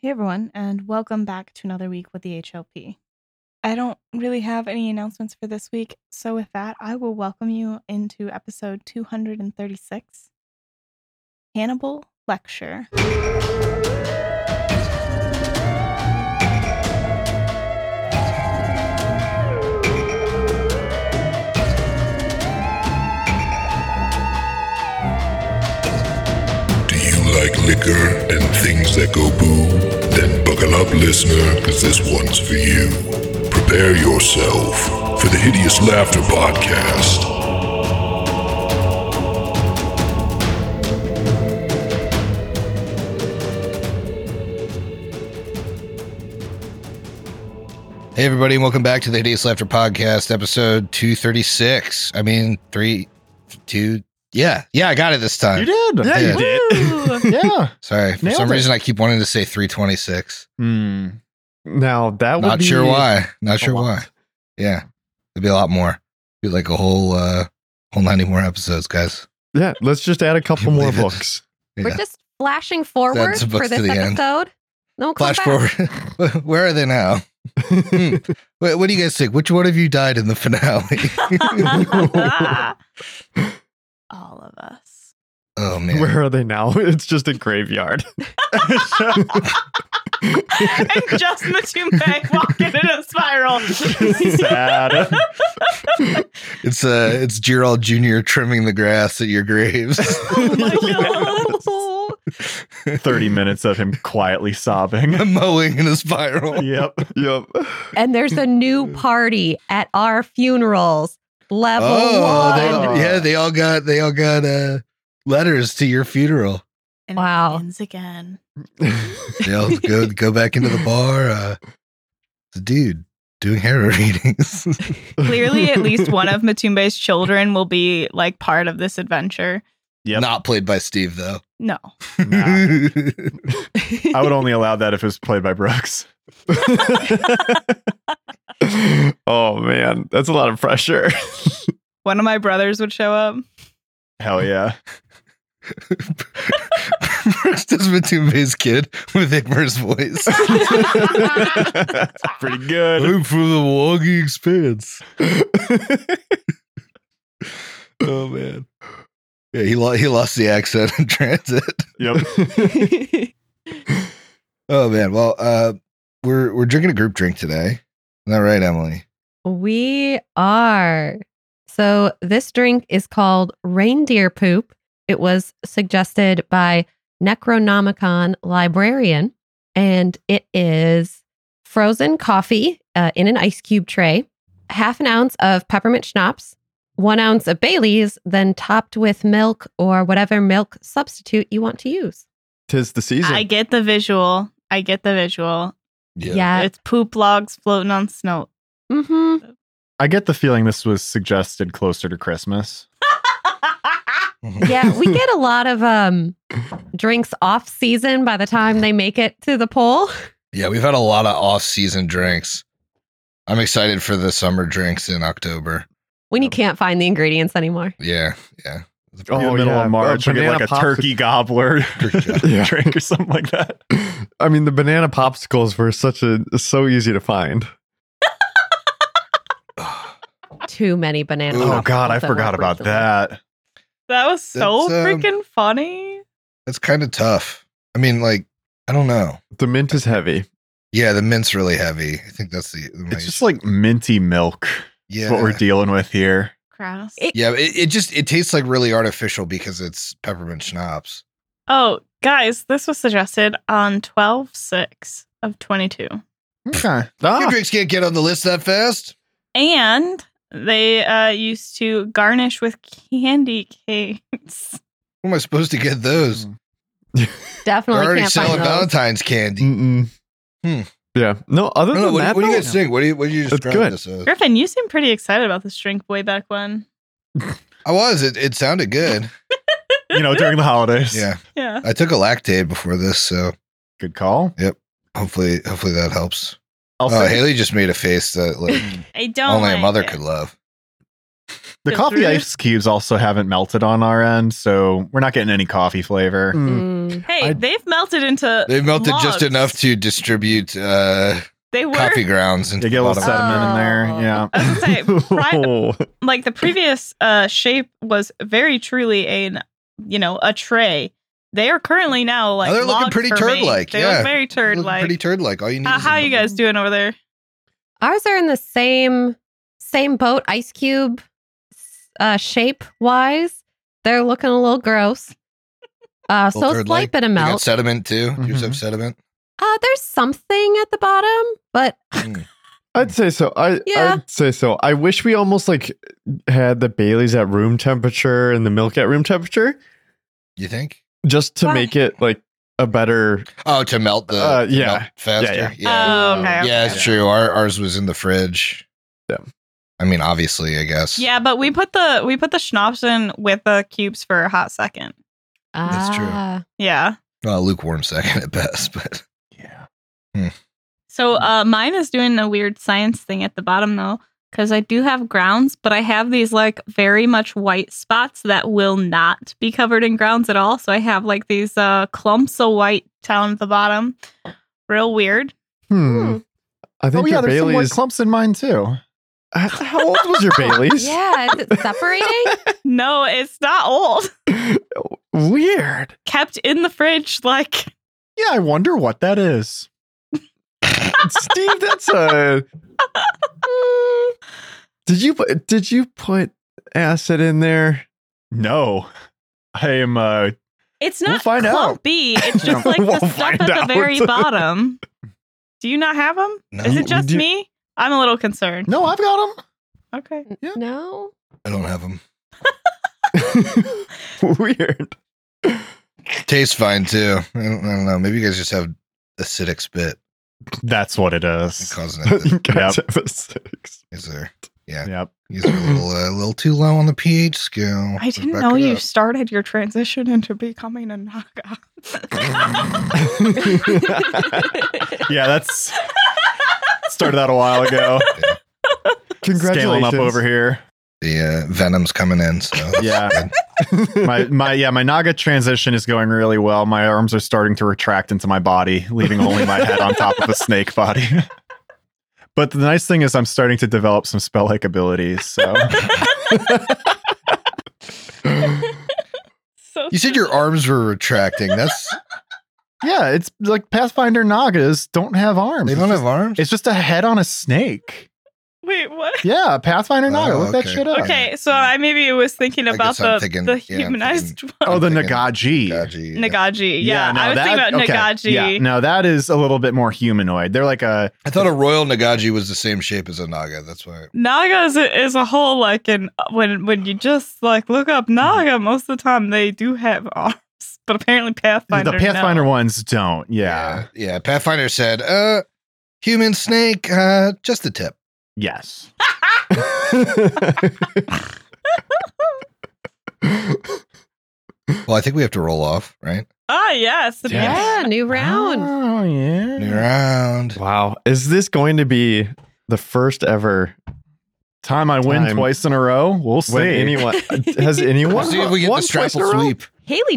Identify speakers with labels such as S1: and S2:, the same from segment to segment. S1: Hey everyone, and welcome back to another week with the HLP. I don't really have any announcements for this week, so with that, I will welcome you into episode 236 Hannibal Lecture.
S2: Do you like liquor and things that go boo? Then buckle up, listener, because this one's for you. Prepare yourself for the Hideous Laughter Podcast.
S3: Hey everybody, and welcome back to the Hideous Laughter Podcast, episode two thirty six. I mean three two yeah, yeah, I got it this time.
S4: You did.
S3: Yeah, you
S1: Woo!
S4: Yeah.
S3: Sorry. For
S4: Nailed
S3: some
S4: it.
S3: reason I keep wanting to say three twenty six.
S4: Hmm. Now that would
S3: Not
S4: be
S3: sure why. Not
S4: a
S3: sure
S4: lot.
S3: why. Yeah. It'd be a lot more. Be like a whole uh whole ninety more episodes, guys.
S4: Yeah. Let's just add a couple
S3: Can't
S4: more
S3: believe it.
S4: books.
S3: Yeah.
S5: We're just flashing forward
S3: That's books
S5: for this
S3: to the end.
S5: episode. No
S3: Flash
S5: comeback.
S3: forward. Where are they now? Hmm. Wait, what do you guys think? Which one of you died in the finale?
S1: All of us.
S3: oh man.
S4: Where are they now? It's just a graveyard.
S1: and just Matumbe walking in a spiral.
S4: Sad.
S3: It's uh it's Gerald Jr. trimming the grass at your graves. Oh
S5: Oh No.
S4: Thirty minutes of him quietly sobbing.
S3: mowing in a spiral.
S4: yep. Yep.
S5: and there's a new party at our funerals. Level
S3: Oh, they
S5: one.
S3: all, yeah, they all got they all got uh letters to your funeral.
S1: And
S5: Wow.
S1: it begins again.
S3: They all go go back into the bar. Uh, the dude doing hero readings.
S1: Clearly, at least one of Matumbe's children will be like part of this adventure.
S4: Yep.
S3: Not played by Steve though.
S1: No.
S4: Nah. I would only allow that if it was played by Brooks. oh man, that's a lot of pressure.
S1: One of my brothers would show up.
S4: Hell yeah.
S3: Brooks does Matumbe's kid with Igmer's voice.
S4: That's pretty good.
S3: I'm from the Milwaukee Expanse. oh man. Yeah, he lost he lost the accent in transit.
S4: Yep.
S3: Oh man. Well, uh, we're we're drinking a group drink today. Isn't that right, Emily?
S5: we are. So this drink is called reindeer poop. It was suggested by Necronomicon librarian, and it is frozen coffee uh, in an ice cube tray, half an ounce of peppermint schnapps, one ounce of Bailey's, then topped with milk or whatever milk substitute you want to use.
S4: Tis the season.
S1: I get the visual. I get the visual.
S5: Yeah.
S1: It's poop logs floating on snow.
S5: hmm
S4: I get the feeling this was suggested closer to Christmas.
S5: Yeah, we get a lot of um drinks off season by the time they make it to the poll.
S3: Yeah, we've had a lot of off-season drinks. I'm excited for the summer drinks in October.
S5: when you can't find the ingredients anymore.
S3: Yeah, yeah.
S4: In the
S3: Oh,
S4: middle
S6: yeah.
S4: of March, we get
S6: Banana
S4: like a
S6: popsicle-
S4: turkey gobbler
S6: Yeah.
S4: drink or something like that.
S6: I mean, the banana popsicles were such a so easy to find.
S5: Too many bananas.
S3: Oh,
S4: Oh God, I forgot about that.
S1: That was so
S3: That's, um,
S1: freaking funny.
S3: That's kind of tough. I mean, like, I don't know.
S6: The mint is heavy.
S3: Yeah, the mint's really heavy. I think that's the. the
S4: It's just like minty milk.
S3: yeah.
S4: That's what we're dealing with here.
S1: Kraus.
S5: It-
S3: yeah, it, it just it tastes like really artificial because it's peppermint schnapps.
S1: oh, guys, this was suggested on 12 6 of 22.
S4: Okay.
S3: Your
S6: Ah,
S3: drinks can't get on the list that fast.
S1: And they uh, used to garnish with candy canes.
S3: Where am I supposed to get those? They're
S5: Definitely
S3: already
S5: can't find
S3: selling
S5: those.
S3: Valentine's candy.
S6: Mm-mm.
S3: Hmm.
S6: Yeah. No. Other
S3: I
S6: than
S3: don't know. What,
S6: that,
S3: what do you
S6: though-
S3: guys think? What do you what do you
S6: That's
S3: describe
S6: good.
S3: this as?
S1: Griffin, you seem pretty excited about this drink way back when.
S3: I was. It, it sounded good.
S4: You know, during the holidays.
S3: Yeah,
S1: Yeah.
S3: I took a lactate before this, so
S4: Good call.
S3: hopefully, hopefully that helps.
S4: I'll
S6: Uh,
S3: oh,
S4: say
S3: Haley just made a face that like
S1: I don't.
S3: only a
S1: like
S3: mother
S1: it.
S3: could love.
S4: The coffee ice cubes also haven't melted on our end, so we're not getting any coffee flavor.
S5: Mm.
S1: Hey,
S6: I-
S1: they've melted into.
S3: They melted
S1: logs.
S3: just enough to distribute uh,
S1: They were
S3: coffee grounds into
S4: They get a
S3: the
S4: little
S1: Oh.
S3: bottom.
S4: sediment in there. Yeah.
S1: I was gonna say, pri-
S6: Oh.
S1: like the previous uh, shape was very truly an you know a tray. They are currently now like
S3: Oh, they're looking
S1: logs
S3: pretty
S1: for me.
S3: turd-like,
S1: They
S3: yeah.
S1: look very turd
S3: Looking
S1: like.
S3: Pretty turd like. All you need.
S1: how
S3: is
S1: how
S3: a-
S1: you guys doing over there?
S5: Ours are in the same same boat, ice cube uh, shape wise. They're looking a little gross. Uh,
S3: Little
S5: so a
S3: turd
S5: slight
S3: like.
S5: bit of
S3: You got
S5: melt.
S3: sediment too.
S6: Mm-hmm,
S3: You just
S4: Mhm.
S3: have sediment.
S5: Uh, there's something at the bottom, but
S3: Mm.
S6: I'd say so. I,
S5: Yeah.
S6: I'd say so. I wish we almost like had the Baileys at room temperature and the milk at room temperature
S3: You think?
S6: just to
S5: Why?
S6: make it like a better.
S3: Oh, to melt the
S6: Uh,
S3: to
S6: yeah.
S3: melt faster.
S6: yeah.
S1: Oh, okay. okay.
S3: Yeah, it's true. Our, ours was in the fridge.
S6: Yeah.
S3: I mean, obviously, I guess.
S1: Yeah, but we put the we put the schnapps in with the cubes for a hot second.
S3: That's true.
S5: ah,
S1: Yeah.
S3: Well, a lukewarm second at best, but
S4: Yeah.
S1: So
S6: Mm.
S1: uh, mine is doing a weird science thing at the bottom though, because I do have grounds, but I have these like very much white spots that will not be covered in grounds at all. So I have like these uh, clumps of white down at the bottom. Real weird.
S6: Hmm. I think
S4: Oh, yeah,
S6: your
S4: there's some white
S6: Baileys. Uh,
S4: clumps in mine too.
S6: How old was your Baileys?
S5: yeah, is it separating?
S1: No, it's not old.
S6: Weird.
S1: Kept in the fridge, like
S4: Yeah, I wonder what that is.
S6: Steve, that's a. Did you put did you put acid in there?
S4: No. I am uh
S1: it's
S4: We'll
S1: not
S4: find out.
S1: clumpy. It's just like
S6: We'll
S1: the stuff
S6: find
S1: at the
S6: out.
S1: very bottom. Do you not have them?
S3: no,
S1: Is it just
S6: do-
S1: me? I'm a little concerned.
S4: No, I've got them.
S1: Okay.
S5: No.
S3: I don't have them.
S6: Weird.
S3: Tastes fine too. I don't, I don't know. Maybe you guys just have acidic spit
S4: That's what it is.
S3: causing it. to-
S6: Guys have a six.
S3: Is there? Yeah,
S4: Yep.
S3: he's a little, uh, a little too low on the pH scale.
S1: I didn't
S3: Back
S1: know
S3: it
S1: you
S3: up.
S1: started your transition into becoming a naga.
S4: Yeah, that's started out a while ago. Scaling
S6: Congratulations.
S4: up over here.
S3: The uh, venom's coming in. So that's
S4: Yeah.
S3: good.
S4: My my yeah, my Naga transition is going really well. My arms are starting to retract into my body, leaving only my head on top of a snake body. But the nice thing is I'm starting to develop some spell like abilities. So
S1: so
S3: You said your arms were retracting. That's
S4: yeah, it's like Pathfinder Nagas don't have arms.
S3: they don't have arms.
S4: It's just a head on a snake.
S1: wait, what?
S4: Yeah, Pathfinder Naga.
S3: Oh,
S4: Look that
S3: okay.
S4: shit up.
S1: Okay, so I maybe was thinking
S3: I
S1: about
S3: guess I'm
S1: the,
S3: thinking-
S1: the
S3: yeah, I'm
S1: humanized
S4: Oh,
S1: one.
S4: the
S3: I'm thinking
S4: Nagaji.
S3: Nagaji. yeah.
S1: Nagaji. Yeah,
S4: no,
S1: I was thinking
S4: that-
S1: about
S4: okay,
S1: Nagaji.
S4: Yeah, no, that is a little bit more humanoid. They're like a
S3: I thought a royal Nagaji was the same shape as a Naga. That's why.
S1: Naga is a, is a whole like and when when you just like look up
S4: Mm-hmm.
S1: Naga, most of the time they do have arms, but apparently Pathfinder
S4: the Pathfinder
S1: no.
S4: ones don't. Yeah.
S3: yeah. yeah, Pathfinder said, "Uh, human snake, uh, just the tip."
S4: Yes.
S3: Well, I think we have to roll off, right?
S1: Ah, yes, the
S6: Yeah.
S5: Yeah, new round.
S4: Oh yeah.
S1: Mm.
S3: New round.
S6: wow. Is this going to be the first ever
S4: Time I win
S6: Time.
S4: twice in a row. We'll see.
S6: when
S3: Uh,
S6: anyone has anyone
S3: Let's see if we get
S6: won
S3: the
S6: twice in a
S3: Strapple
S6: row?
S3: sweep.
S5: Haley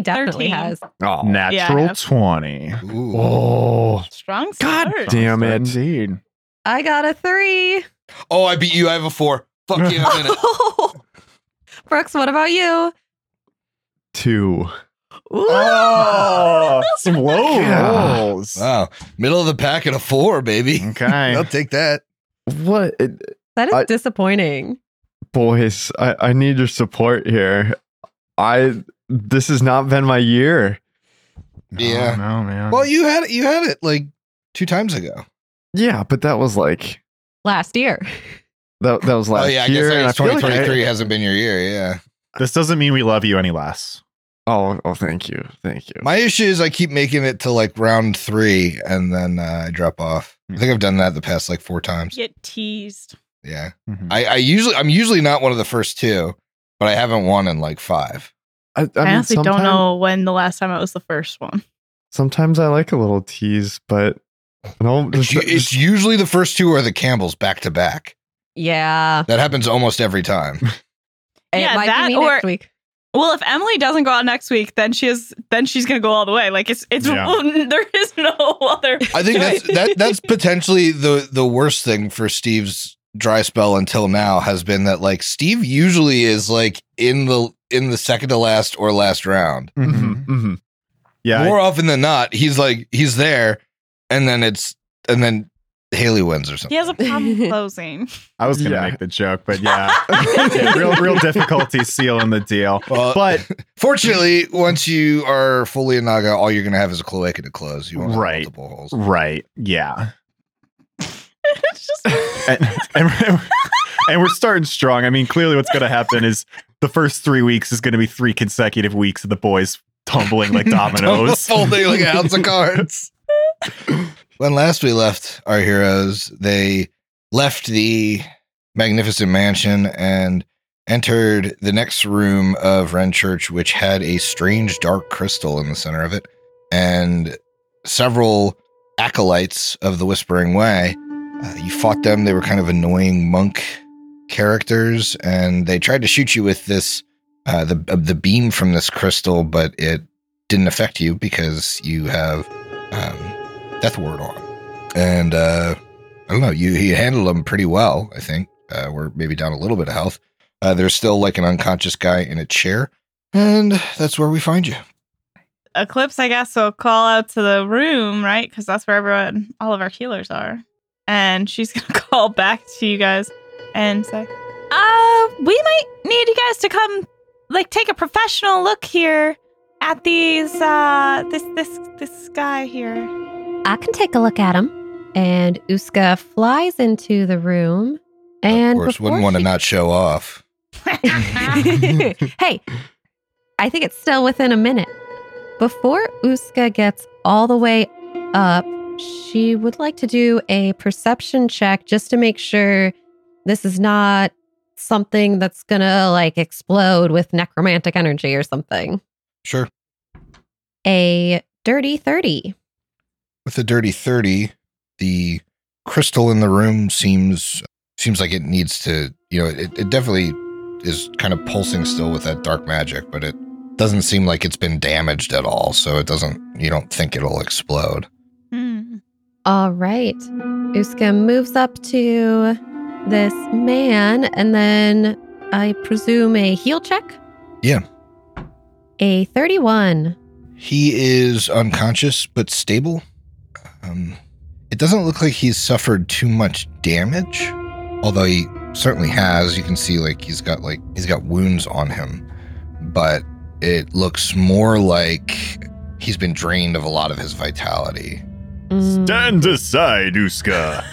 S1: 13.
S5: definitely has.
S6: Oh,
S4: Natural
S1: Yeah.
S4: twenty.
S3: Ooh.
S6: oh.
S1: strong
S6: God
S1: start.
S6: Damn it.
S4: Indeed.
S5: I got a three.
S3: Oh, I beat you. I have a four. Fuck you. I'm in it.
S5: Brooks, what about you?
S6: two.
S4: Oh, some low
S6: God.
S4: rolls.
S3: Wow. Middle of the pack at a four, baby.
S4: Okay.
S3: I'll take that.
S6: What
S5: That is
S6: I-
S5: disappointing.
S6: boys, I, I need your support here. I this has not been my year.
S3: Yeah.
S4: No, man.
S3: Well, you had it. You had it like two times ago.
S6: Yeah, but that was like
S5: Last year.
S6: that that was
S3: oh
S6: last
S3: yeah, I
S6: year.
S3: guess
S6: and
S3: like,
S6: I feel like I-
S3: 2023 hasn't been your year. Yeah.
S4: this doesn't mean we love you any less.
S6: oh, oh, thank you, thank you.
S3: My issue is I keep making it to like round three and then uh, I drop off. I think I've done that the past like four times.
S1: Get teased.
S3: Yeah.
S6: Mm-hmm.
S3: I, I usually I'm usually not one of the first two, but I haven't won in like five.
S6: I, I,
S1: I,
S6: mean,
S1: honestly
S6: sometime-
S1: don't know when the last time it was the first one.
S6: Sometimes I like a little tease, but I don't.
S3: It's,
S6: Just,
S3: u- it's usually the first two are the Campbells back to back.
S5: Yeah.
S3: That happens almost every time.
S5: And
S1: Yeah,
S5: it might
S1: that
S5: be me
S1: or-
S5: next week.
S1: Well, if Emily doesn't go out next week, then she is then she's gonna go all the way. Like it's it's
S4: Yeah.
S1: there is no other.
S3: I think that's that that's potentially the the worst thing for Steve's dry spell until now has been that like Steve usually is like in the in the second to last or last round.
S4: Mhm.
S3: Mm-hmm.
S6: hmm
S4: Yeah. I-
S3: More often than not, he's like he's there, and then it's and then Haley wins or
S1: He
S3: something.
S1: has a problem closing.
S4: I was going to
S6: Yeah.
S4: make the joke, but yeah. Yeah, real, real difficulty sealing the deal.
S3: Well,
S4: But
S3: fortunately, once you are fully a Naga, all you're gonna have is a cloaca to close. You won't have
S4: Right.
S3: multiple holes.
S4: right, yeah,
S1: it's just
S4: and, and, and we're starting strong. I mean, clearly, what's going to happen is the first three weeks is going to be three consecutive weeks of the boys tumbling like dominoes.
S3: folding like a house of cards. when last we left our heroes, they left the magnificent mansion and entered the next room of Wren Church, which had a strange dark crystal in the center of it, and several acolytes of the Whispering Way. Uh, you fought them. They were kind of annoying monk characters, and they tried to shoot you with this uh, the uh, the beam from this crystal, but it didn't affect you because you have um, Death Ward on. And uh, I don't know, you he handled them pretty well, I think. Uh, we're maybe down a little bit of health. Uh, there's still like an unconscious guy in a chair. And that's where we find you.
S1: Eclipse, I guess, will call out to the room, right? Because that's where everyone, all of our healers are. And she's going to call back to you guys and say, uh, we might need you guys to come, like, take a professional look here at these, uh, this, this, this guy here.
S5: I can take a look at him. And Uska flies into the room. And
S3: of course, wouldn't
S5: before
S3: want to
S5: she-
S3: not show off.
S5: hey, I think it's still within a minute. Before Uska gets all the way up, she would like to do a perception check just to make sure this is not something that's gonna like explode with necromantic energy or something.
S3: Sure.
S5: A dirty 30.
S3: With a dirty 30, the crystal in the room seems seems like it needs to, you know, it, it definitely is kind of pulsing still with that dark magic, but it doesn't seem like it's been damaged at all, so it doesn't you don't think it'll explode.
S1: Hmm.
S5: All right. Uska moves up to this man and then I presume a heel check?
S3: Yeah.
S5: A 31.
S3: He is unconscious but stable. Um, it doesn't look like he's suffered too much damage, although he certainly has. You can see like he's got like he's got wounds on him, but it looks more like he's been drained of a lot of his vitality.
S5: Mm.
S4: aside, Uska.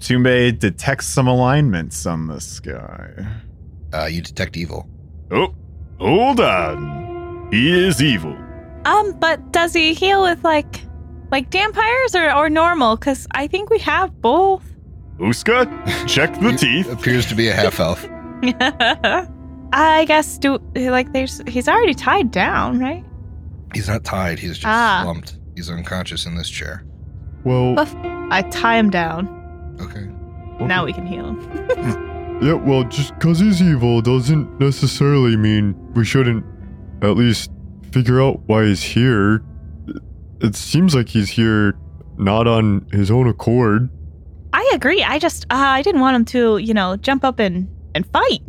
S4: Tumbe detects some alignments on this guy.
S3: Uh, you detect evil.
S4: Oh, hold on. He is evil.
S1: Um, but does he heal with, like, like vampires or, or normal? Because I think we have both.
S4: Uska, check the
S3: You-
S4: teeth.
S3: Appears to be a half elf.
S1: I guess, do, like, there's, he's already tied down, right?
S3: He's not tied. He's just
S1: Ah.
S3: slumped. He's unconscious in this chair.
S6: Well,
S5: But-
S1: I tie him down.
S3: Okay.
S1: Now we can heal him.
S6: yeah, well, just because he's evil doesn't necessarily mean we shouldn't at least figure out why he's here. It seems like he's here not on his own accord.
S1: I agree. I just uh, I didn't want him to, you know, jump up and and fight.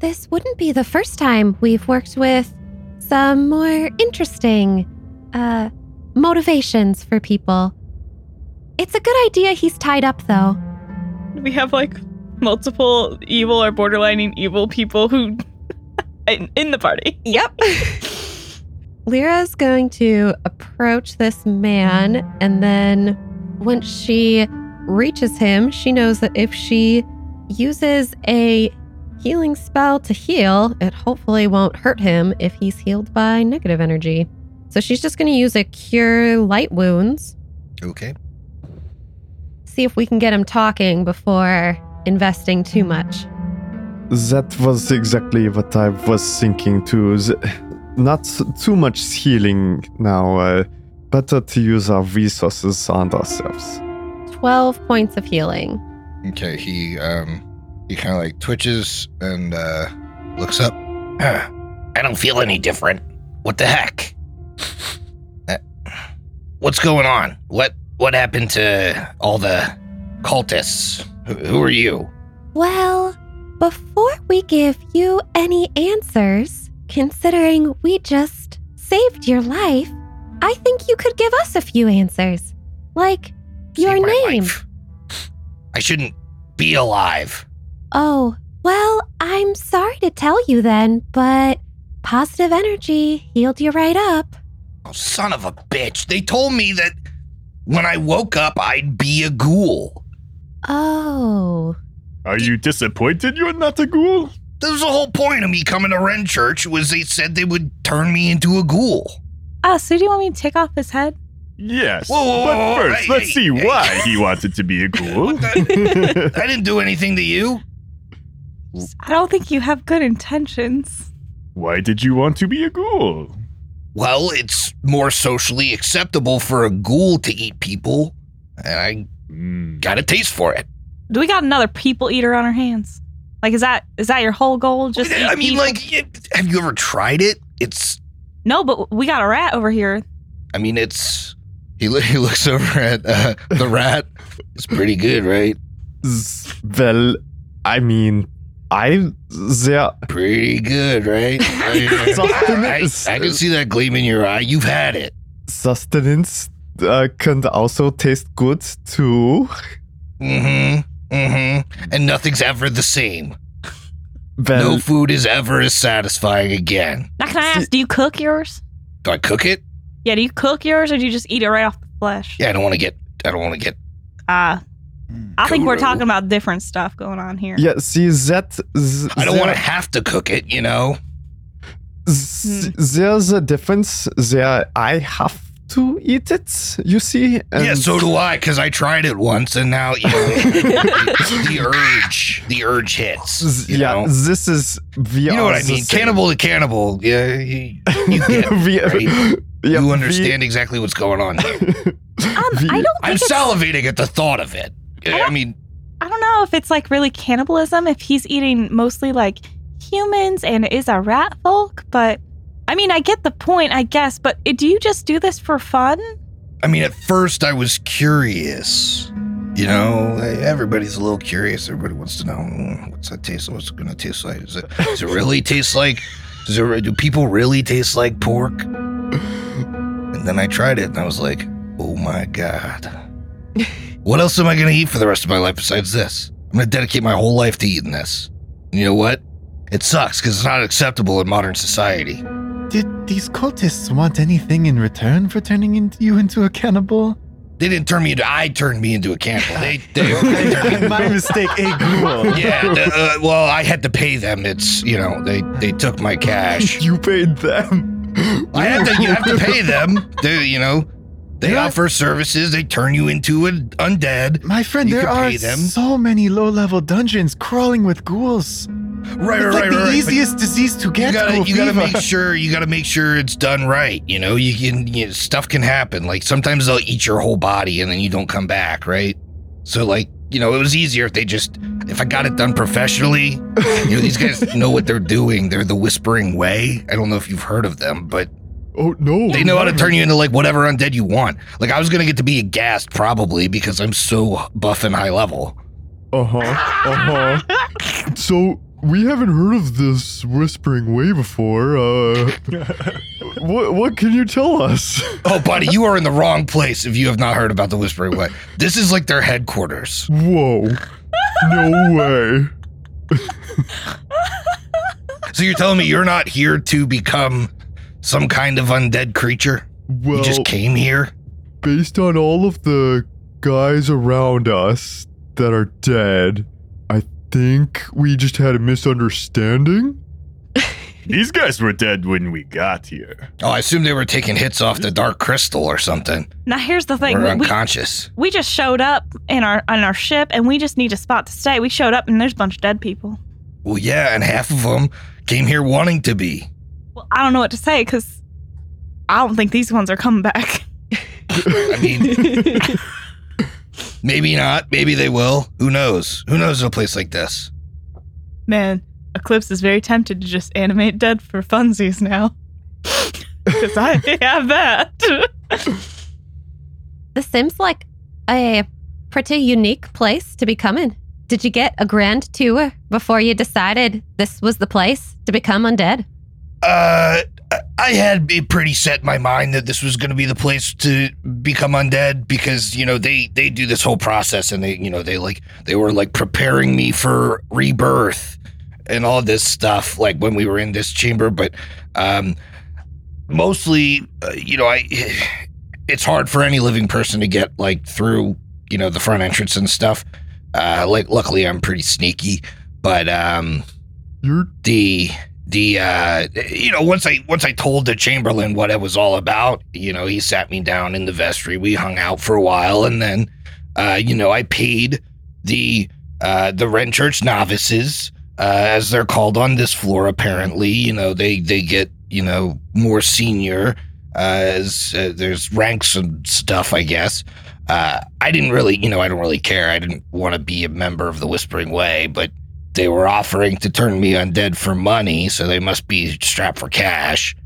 S5: This wouldn't be the first time we've worked with some more interesting uh, motivations for people. It's a good idea he's tied up, though.
S1: We have like multiple evil or borderline evil people who in, in the party.
S5: Yep. Lyra's going to approach this man, and then once she reaches him, she knows that if she uses a healing spell to heal, it hopefully won't hurt him if he's healed by negative energy. So she's just going to use a cure light wounds,
S3: Okay.
S5: see if we can get him talking before investing too much.
S6: That was exactly what I was thinking too. Th- Not s- too much healing now. Uh, better to use our resources on ourselves.
S5: 12 points of healing.
S3: Okay. He um he kind of like twitches and uh
S7: looks up. "Huh,
S3: I don't feel any different. What the heck? Uh, What's going on? What what happened to all the cultists? Who, who are you?
S5: Well, before we give you any answers, considering we just saved your life, I think you could give us a few answers. Like your
S3: Save my
S5: name.
S3: life. I shouldn't be alive.
S5: Oh, well, I'm sorry to tell you then, but positive energy healed you right up.
S3: Oh, son of a bitch. They told me that when I woke up I'd be a ghoul.
S5: Oh.
S4: Are you disappointed you're not a ghoul?
S3: That was the whole point of me coming to Ren Church was they said they would turn me into a ghoul.
S1: Ah, so do you want me to take off his head?
S4: Yes.
S3: Whoa, whoa,
S4: but
S3: whoa, whoa,
S4: first,
S3: hey,
S4: let's
S3: hey,
S4: see
S3: hey.
S4: why he wanted to be a ghoul.
S3: What the- I didn't do anything to you.
S1: I don't think you have good intentions.
S4: why did you want to be a ghoul?
S3: Well, it's more socially acceptable for a ghoul to eat people, and I
S4: Hmm.
S3: got a taste for it.
S1: Do we got another people eater on our hands? Like, is that is that your whole goal? Just eat
S3: I mean,
S1: people?
S3: like, it- have you ever tried it? It's,
S1: no, but we got a rat over here.
S3: I mean, it's,
S7: He, lo- he looks over at uh, the rat.
S3: it's pretty good, right?
S6: Z- Well, I mean, I there.
S3: Pretty good, right? I,
S6: Sustenance.
S3: I can see that gleam in your eye. You've had it.
S6: sustenance uh, can also taste good too.
S3: Mm-hmm. Mm-hmm. And nothing's ever the same.
S6: Well,
S3: no food is ever as satisfying again.
S1: Now, can I ask, do you cook yours?
S3: Do I cook it?
S1: Yeah, do you cook yours or do you just eat it right off the flesh?
S3: Yeah, I don't want to get. I don't want to get.
S1: Ah, I think we're
S3: Guru.
S1: talking about different stuff going on here.
S6: yeah, see that. z-
S3: I don't
S6: there-
S3: want to have to cook it. You know.
S6: z- There's a difference there. I have to eat it. You see.
S3: yeah,
S6: and-
S3: so do I, because I tried it once, and now you know,
S1: Hmm. Um,
S3: the, the urge, the urge hits.
S6: z-
S3: You
S6: yeah,
S3: know?
S6: this is we
S3: you know
S6: are
S3: what I
S6: the
S3: mean.
S6: same.
S3: Cannibal to cannibal. Yeah, you, you get, it,
S6: We-
S3: right?
S6: yeah,
S3: you
S6: we-
S3: understand exactly what's going on. Here.
S1: Um,
S6: we-
S1: I don't think
S3: I'm
S1: it's-
S3: salivating at the thought of it. I, I mean,
S1: I don't know if it's like really cannibalism, if he's eating mostly like humans and is a rat folk, but I mean, I get the point, I guess, but eh, do you just do this for fun?
S3: I mean, at first I was curious. You know, everybody's a little curious. Everybody wants to know "Mm, what's that taste? What's it gonna taste like? Is it, does it really taste like? Does it? Do people really taste like pork? And then I tried it, and I was like, oh my god, what else am I gonna eat for the rest of my life besides this? I'm gonna dedicate my whole life to eating this. And you know what? It sucks because it's not acceptable in modern society.
S4: Did these cultists want anything in return for turning in- you into a cannibal?
S3: They didn't turn me into. I turned me into a cannibal. They, they, they turned me into
S4: My mistake, a ghoul.
S3: yeah. the- uh, well, I had to pay them. It's you know they they took my cash.
S6: You paid them.
S3: I had to. You have to pay them. They you know they offer services. They turn you into an undead.
S4: My friend,
S3: You
S4: there
S3: can
S4: are
S3: pay them.
S4: so many low-level dungeons crawling with ghouls.
S3: Right,
S4: it's
S3: right,
S4: like
S3: right,
S4: the
S3: right. but
S4: easiest disease to get.
S3: you gotta
S4: ghoul
S3: you gotta
S4: fever.
S3: make sure you gotta make sure it's done right. You know you can you know, stuff can happen. Like sometimes they'll eat your whole body and then you don't come back. Right. So like you know it was easier if they just if I got it done professionally. You know these guys know what they're doing. They're the Whispering Way. I don't know if you've heard of them, but.
S6: Oh no!
S3: They know how to turn you into like whatever undead you want. Like I was gonna get to be a ghast probably because I'm so buff and high level.
S6: Uh huh. Uh huh. so we haven't heard of this whispering way before. Uh, what what can you tell us?
S3: Oh, buddy, you are in the wrong place if you have not heard about the Whispering Way. This is like their headquarters.
S6: Whoa! No way!
S3: So you're telling me you're not here to become some kind of undead creature? You
S6: Well,
S3: just came here?
S6: based on all of the guys around us that are dead, I think we just had a misunderstanding.
S4: These guys were dead when we got here.
S3: Oh, I assume they were taking hits off the dark crystal or something.
S1: Now, here's the
S3: Like,
S1: thing
S3: or
S1: we,
S3: unconscious.
S1: we just showed up in our on our ship and we just need a spot to stay. We showed up and there's a bunch of dead people.
S3: Well, yeah, and half of them came here wanting to be.
S1: Well, I don't know what to say because I don't think these ones are coming back.
S3: I mean, maybe not. Maybe they will. Who knows? Who knows in a place like this?
S1: Man, Eclipse is very tempted to just animate dead for funsies now. Because I have that.
S5: This seems like a pretty unique place to be coming. Did you get a grand tour before you decided this was the place to become undead?
S3: Uh, I- I had it pretty set in my mind that this was going to be the place to become undead because you know they they do this whole process and they you know they like they were like preparing me for rebirth and all this stuff like when we were in this chamber, but um, mostly uh, you know I it's hard for any living person to get like through you know the front entrance and stuff. Uh, like luckily I'm pretty sneaky, but um
S4: You're
S3: the the uh you know once i once i told the chamberlain what it was all about you know he sat me down in the vestry we hung out for a while and then uh you know i paid the uh the ren church novices uh as they're called on this floor apparently you know they they get you know more senior uh, as uh, there's ranks and stuff i guess uh i didn't really you know i don't really care i didn't want to be a member of the whispering way but they were offering to turn me undead for money, so they must be strapped for cash.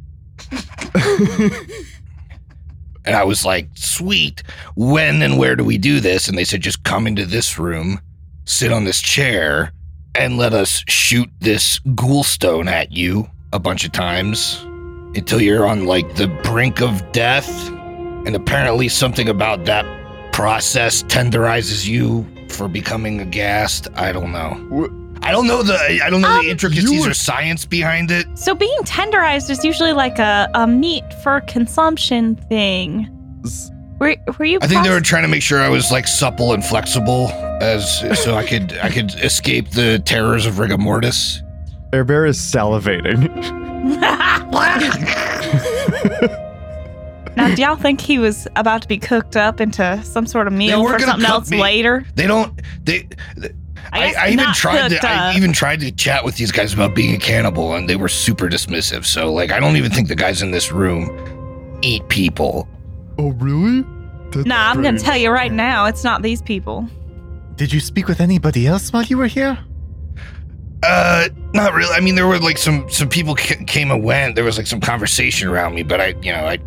S3: and I was like, sweet, when and where do we do this? And they said, just come into this room, sit on this chair, and let us shoot this ghoul stone at you a bunch of times until you're on like the brink of death. And apparently, something about that process tenderizes you for becoming aghast. I don't know. I don't know the I don't know
S1: Um,
S3: the intricacies
S4: you were-
S3: or science behind it.
S1: So being tenderized is usually like a, a meat for consumption thing. Were, were you?
S3: I think they were
S1: proc-
S3: trying to make sure I was like supple and flexible as so I could I could escape the terrors of rigor mortis.
S8: Air Bear is salivating.
S1: now, do y'all think he was about to be cooked up into some sort of meal
S3: were
S1: for
S3: gonna
S1: something
S3: cook
S1: else
S3: me.
S1: later?
S3: They don't they I,
S1: guess
S3: I even
S1: not
S3: tried
S1: cooked uh.
S3: to I
S1: up.
S3: even tried to chat with these guys about being a cannibal and they were super dismissive. So like I don't even think the guys in this room eat people.
S4: oh really? That's
S1: Nah, I'm gonna
S4: strange.
S1: tell you right now, it's not these people.
S8: Did you speak with anybody else while you were here?
S3: Uh, not really. I mean, there were like some some people ca- came and went. There was like some conversation around me, but I, you know, I.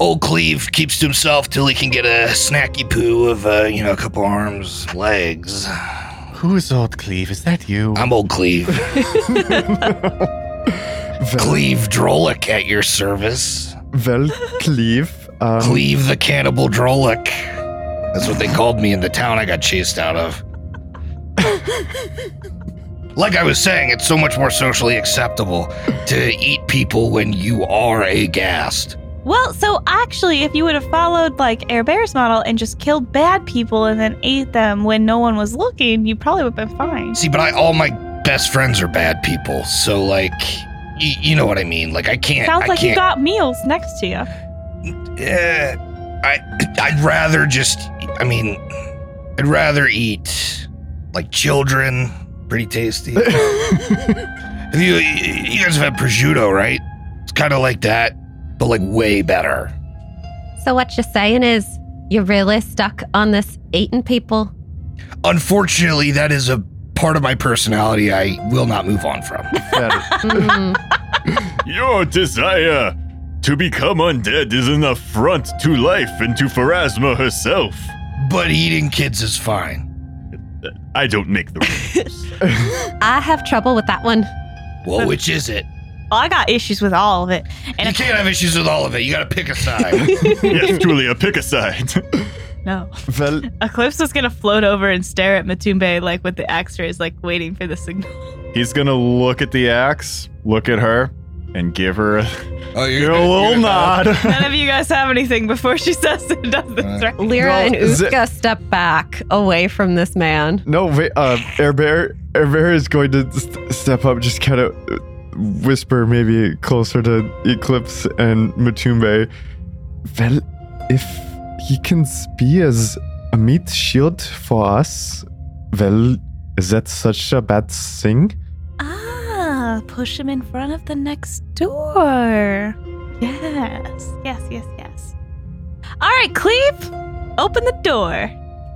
S3: Old Cleve keeps to himself till he can get a snacky poo of, uh, you know, a couple arms, legs.
S8: Who is old Cleve? Is that you?
S3: I'm Old Cleve.
S4: Vel,
S3: Cleve Drolic at your service.
S4: Vel Cleave. Um,
S3: Cleve the Cannibal Drolic. That's what they called me in the town I got chased out of. like I was saying, it's so much more socially acceptable to eat people when you are aghast.
S1: Well, so actually, if you would have followed like Air Bear's model and just killed bad people and then ate them when no one was looking, you probably would have been fine.
S3: See, but I all my best friends are bad people, so like, y- you know what I mean. Like, I can't.
S1: Sounds
S3: I
S1: like you
S3: can't,
S1: got meals next to you.
S3: Eh, I I'd rather just. I mean, I'd rather eat like children. Pretty tasty. have you you guys have had prosciutto, right? It's kind of like that, but like way better.
S5: So what you're saying is you're really stuck on this eating people.
S3: Unfortunately, that is a part of my personality I will not move on from.
S8: That-
S5: Mm.
S4: Your desire to become undead is an affront to life and to Pharasma herself.
S3: But eating kids is fine.
S4: I don't make the
S5: I have trouble with that one.
S3: Well, which is it?
S1: Well, I got issues with all of it. And
S3: you
S1: if-
S3: can't have issues with all of it. You got to pick a side.
S4: yes, Julia, pick a side.
S1: no.
S8: Vel-
S1: Eclipse is gonna float over and stare at Matumbe like with the X-rays, like waiting for the signal.
S8: He's gonna look at the axe, look at her, and give her a,
S9: Oh,
S8: give her a little nod.
S1: None of you guys have anything before she says it does this,
S9: Alright.
S1: right?
S5: Lyra
S8: Well,
S5: and
S8: is it-
S5: Uska step back away from this man.
S4: no, wait, uh, Air Bear, Air Bear is going to st- step up, just kind of whisper, maybe closer to Eclipse and Matumbe. Well, if he can be as a meat shield for us, well, is that such a bad thing?
S1: Ah, push him in front of the next door. Yes, yes, yes, yes. All right, Cleve, open the door.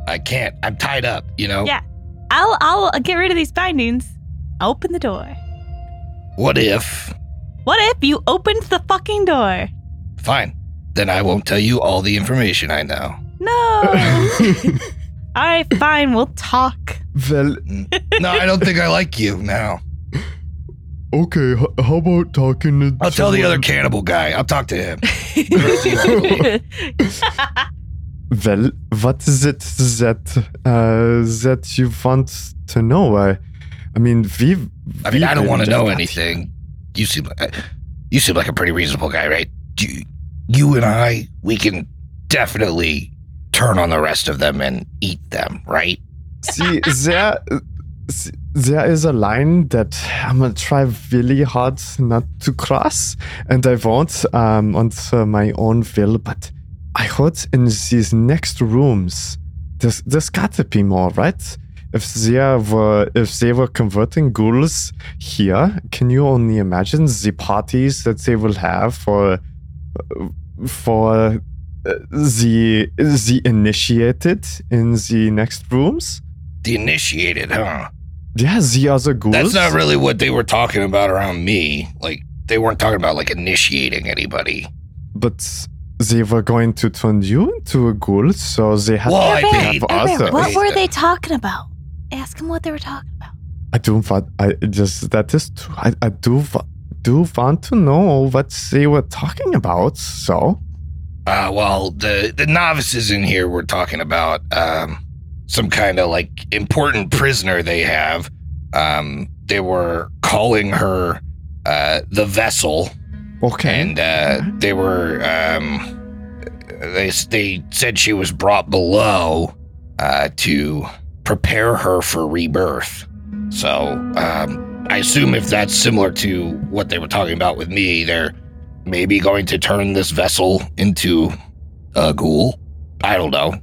S3: I can't. I'm tied up, you know?
S1: Yeah. I'll I'll get rid of these bindings. Open the door.
S3: What if?
S1: What if you opened the fucking door?
S3: Fine. Then I won't tell you all the information I know.
S1: No. All right, fine. We'll talk.
S6: Well,
S3: No, I don't think I like you now.
S6: okay. H- how about talking to?
S3: I'll tell the other
S6: someone-
S3: cannibal guy. I'll talk to him.
S6: Well, what is it that uh, that you want to know? I, I mean, we.
S3: I mean,
S6: we
S3: I don't want to
S6: did
S3: know
S6: that.
S3: anything. You seem, uh, you seem like a pretty reasonable guy, right? You, you and I, we can definitely turn on the rest of them and eat them, right?
S6: See, there, s- there is a line that I'm gonna try really hard not to cross, and I won't um, on uh, my own will. But I heard in these next rooms, there's there's gotta be more, right? If there were if they were converting ghouls here, can you only imagine the parties that they will have for for uh, the the initiated in the next rooms?
S3: The initiated, huh?
S6: Yeah, the other ghouls.
S3: That's not really what they were talking about around me. Like, they weren't talking about like initiating anybody.
S6: But they were going to turn you into a ghoul, so they had
S3: Well, Oh, I
S6: to
S3: paid.
S6: have others.
S1: What
S3: Wait,
S1: were
S3: uh,
S1: they talking about? Ask them what they were talking about.
S6: I do want. I just that is true. I, I do wa- do want to know what they were talking about. So
S3: Uh, well, the the novices in here were talking about um, some kind of like important prisoner they have. Um, they were calling her uh, the vessel,
S6: okay,
S3: and uh, they were um, they they said she was brought below uh, to prepare her for rebirth. So um, I assume if that's similar to what they were talking about with me, they're maybe going to turn this vessel into a ghoul. I don't know.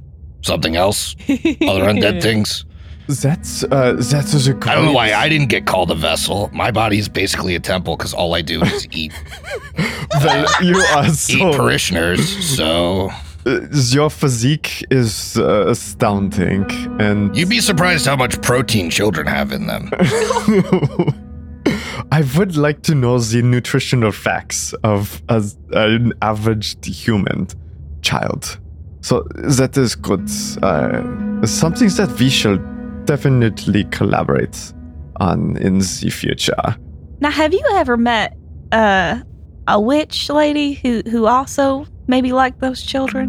S3: Something else, other undead things.
S6: that's uh, that is a. Great,
S3: I don't know why I didn't get called a vessel. My body is basically a temple because all I do is eat
S6: Well, you are so.
S3: eat parishioners. So
S6: uh, your physique is uh, astounding, and
S3: You'd be surprised how much protein children have in them.
S6: I would like to know the nutritional facts of as an average human child. So that is good. Uh, something that we shall definitely collaborate on in the future.
S1: Now, have you ever met uh, a witch lady who who also maybe liked those children?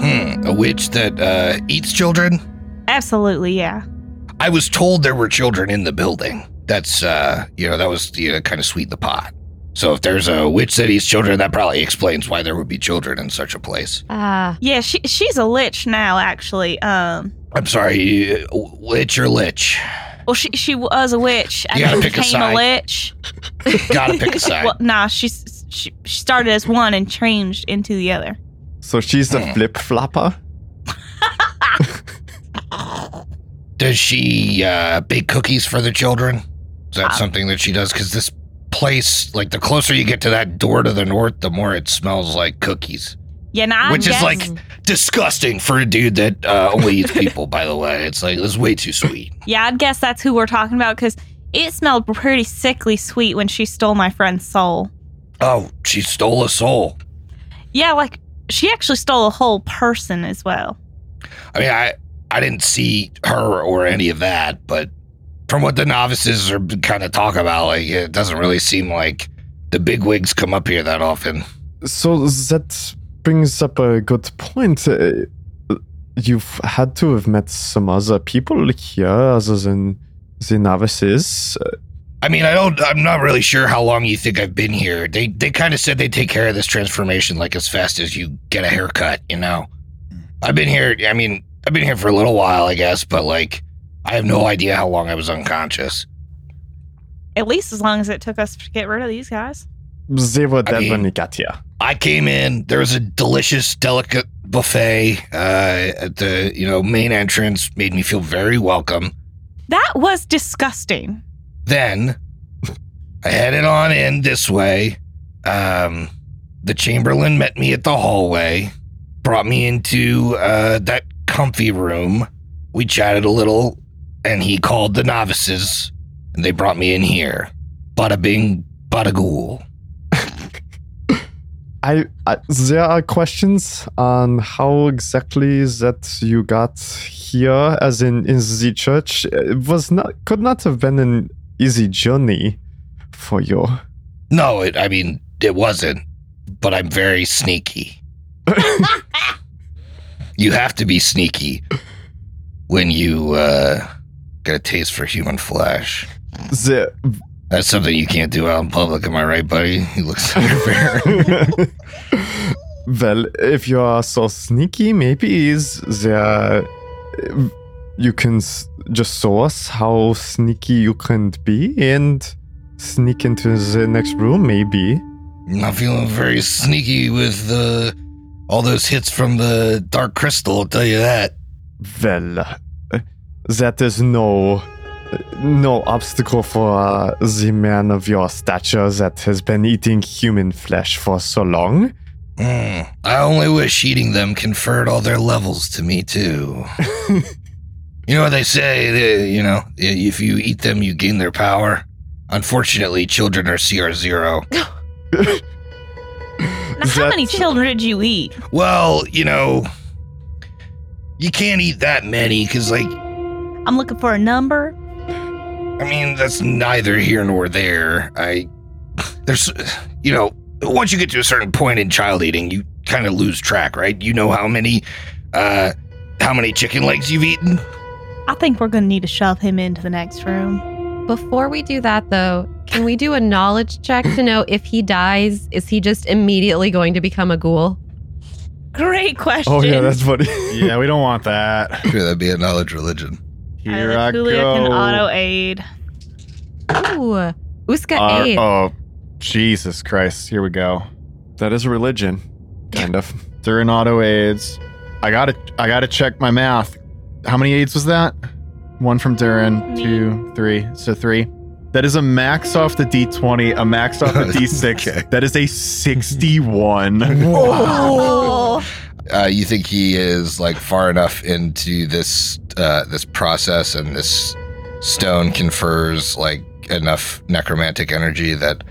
S3: Hmm, a witch that uh, eats children?
S1: Absolutely, yeah.
S3: I was told there were children in the building. That's, uh, you know, that was you know, kind of sweet in the pot. So if there's a witch that eats children, that probably explains why there would be children in such a place.
S5: Ah,
S1: Yeah, she she's a lich now, actually. Um,
S3: I'm sorry, uh, witch or lich?
S1: well, she she was a witch and
S3: You gotta
S1: then
S3: pick a
S1: became a,
S3: side.
S1: lich.
S3: Gotta pick a side.
S1: Well, nah, she's she, she started as one and changed into the other.
S6: So she's a flip flopper.
S3: Does she uh, bake cookies for the children? Is that
S1: Uh,
S3: something that she does? Because this place, like the closer you get to that door to the north, the more it smells like cookies,
S1: Yeah, now I'm
S3: which is
S1: guess-
S3: like disgusting for a dude that uh, only eats people. By the way, it's like it's way too sweet.
S1: yeah, I'd guess that's who we're talking about because it smelled pretty sickly sweet when she stole my friend's soul.
S3: Oh, she stole a soul.
S1: Yeah, like she actually stole a whole person as well.
S3: I mean, I I didn't see her or any of that, but from what the novices are kind of talk about, like it doesn't really seem like the big wigs come up here that often.
S6: So that brings up a good point. Uh, You've had to have met some other people here other than the novices.
S3: I mean, I don't. I'm not really sure how long you think I've been here. They they kind of said they take care of this transformation like as fast as you get a haircut. You know, I've been here. I mean, I've been here for a little while, I guess, but like, I have no idea how long I was unconscious.
S1: At least as long as it took us to get rid of these guys.
S6: They were dead
S3: mean-
S6: when we got here.
S3: I came in. There was a delicious, delicate buffet uh, at the you know main entrance. Made me feel very welcome.
S1: That was disgusting.
S3: Then I headed on in this way. Um, the Chamberlain met me at the hallway, brought me into uh, that comfy room. We chatted a little, and he called the novices and they brought me in here. Bada bing, bada ghoul.
S6: I, I there are questions on how exactly that you got here, as in in the church. It was not could not have been an easy journey for you.
S3: No, it, I mean, it wasn't, but I'm very sneaky. you have to be sneaky when you uh, get a taste for human flesh.
S6: The
S3: That's something you can't do out in public, am I right, buddy? He looks at your bear.
S6: well, if you are so sneaky, maybe is there you can s- just show us how sneaky you can be and sneak into the next room, maybe.
S3: I'm not feeling very sneaky with uh, all those hits from the Dark Crystal, I'll tell you that.
S6: Well, uh, that is no no obstacle for uh, the man of your stature that has been eating human flesh for so long.
S3: Mm. I only wish eating them conferred all their levels to me, too. you know what they say, they- you know, i- if you eat them, you gain their power. Unfortunately, children are CR0.
S1: Now, how many
S6: That's-
S1: children did you eat?
S3: Well, you know, you can't eat that many because, like,
S1: I'm looking for a number.
S3: I mean, that's neither here nor there. I, there's, you know, once you get to a certain point in child eating, you kind of lose track, right? You know how many, uh, how many chicken legs you've eaten?
S1: I think we're gonna need to shove him into the next room.
S5: Before we do that, though, can we do a knowledge check to know if he dies, is he just immediately going to become a ghoul?
S1: Great question.
S6: Oh yeah, that's funny.
S4: yeah, we don't want that.
S10: Sure, that'd be a knowledge religion.
S4: Here
S1: Alright,
S4: I
S1: Julia can auto
S4: go.
S1: aid.
S5: Ooh, Uska
S3: Uh,
S4: Ar-
S5: eight.
S4: oh, Jesus Christ! Here we go.
S6: that is religion, kind of.
S4: They're in auto aids. I gotta, I gotta check my math. How many aids was that? One from Durin,
S1: Me.
S4: two, three. So three. That is a max off the D20, a max off the D6.
S10: Okay.
S4: That is a 61.
S1: Oh.
S10: Uh, you think he is like far enough into this uh, this process, and this stone confers like enough necromantic energy that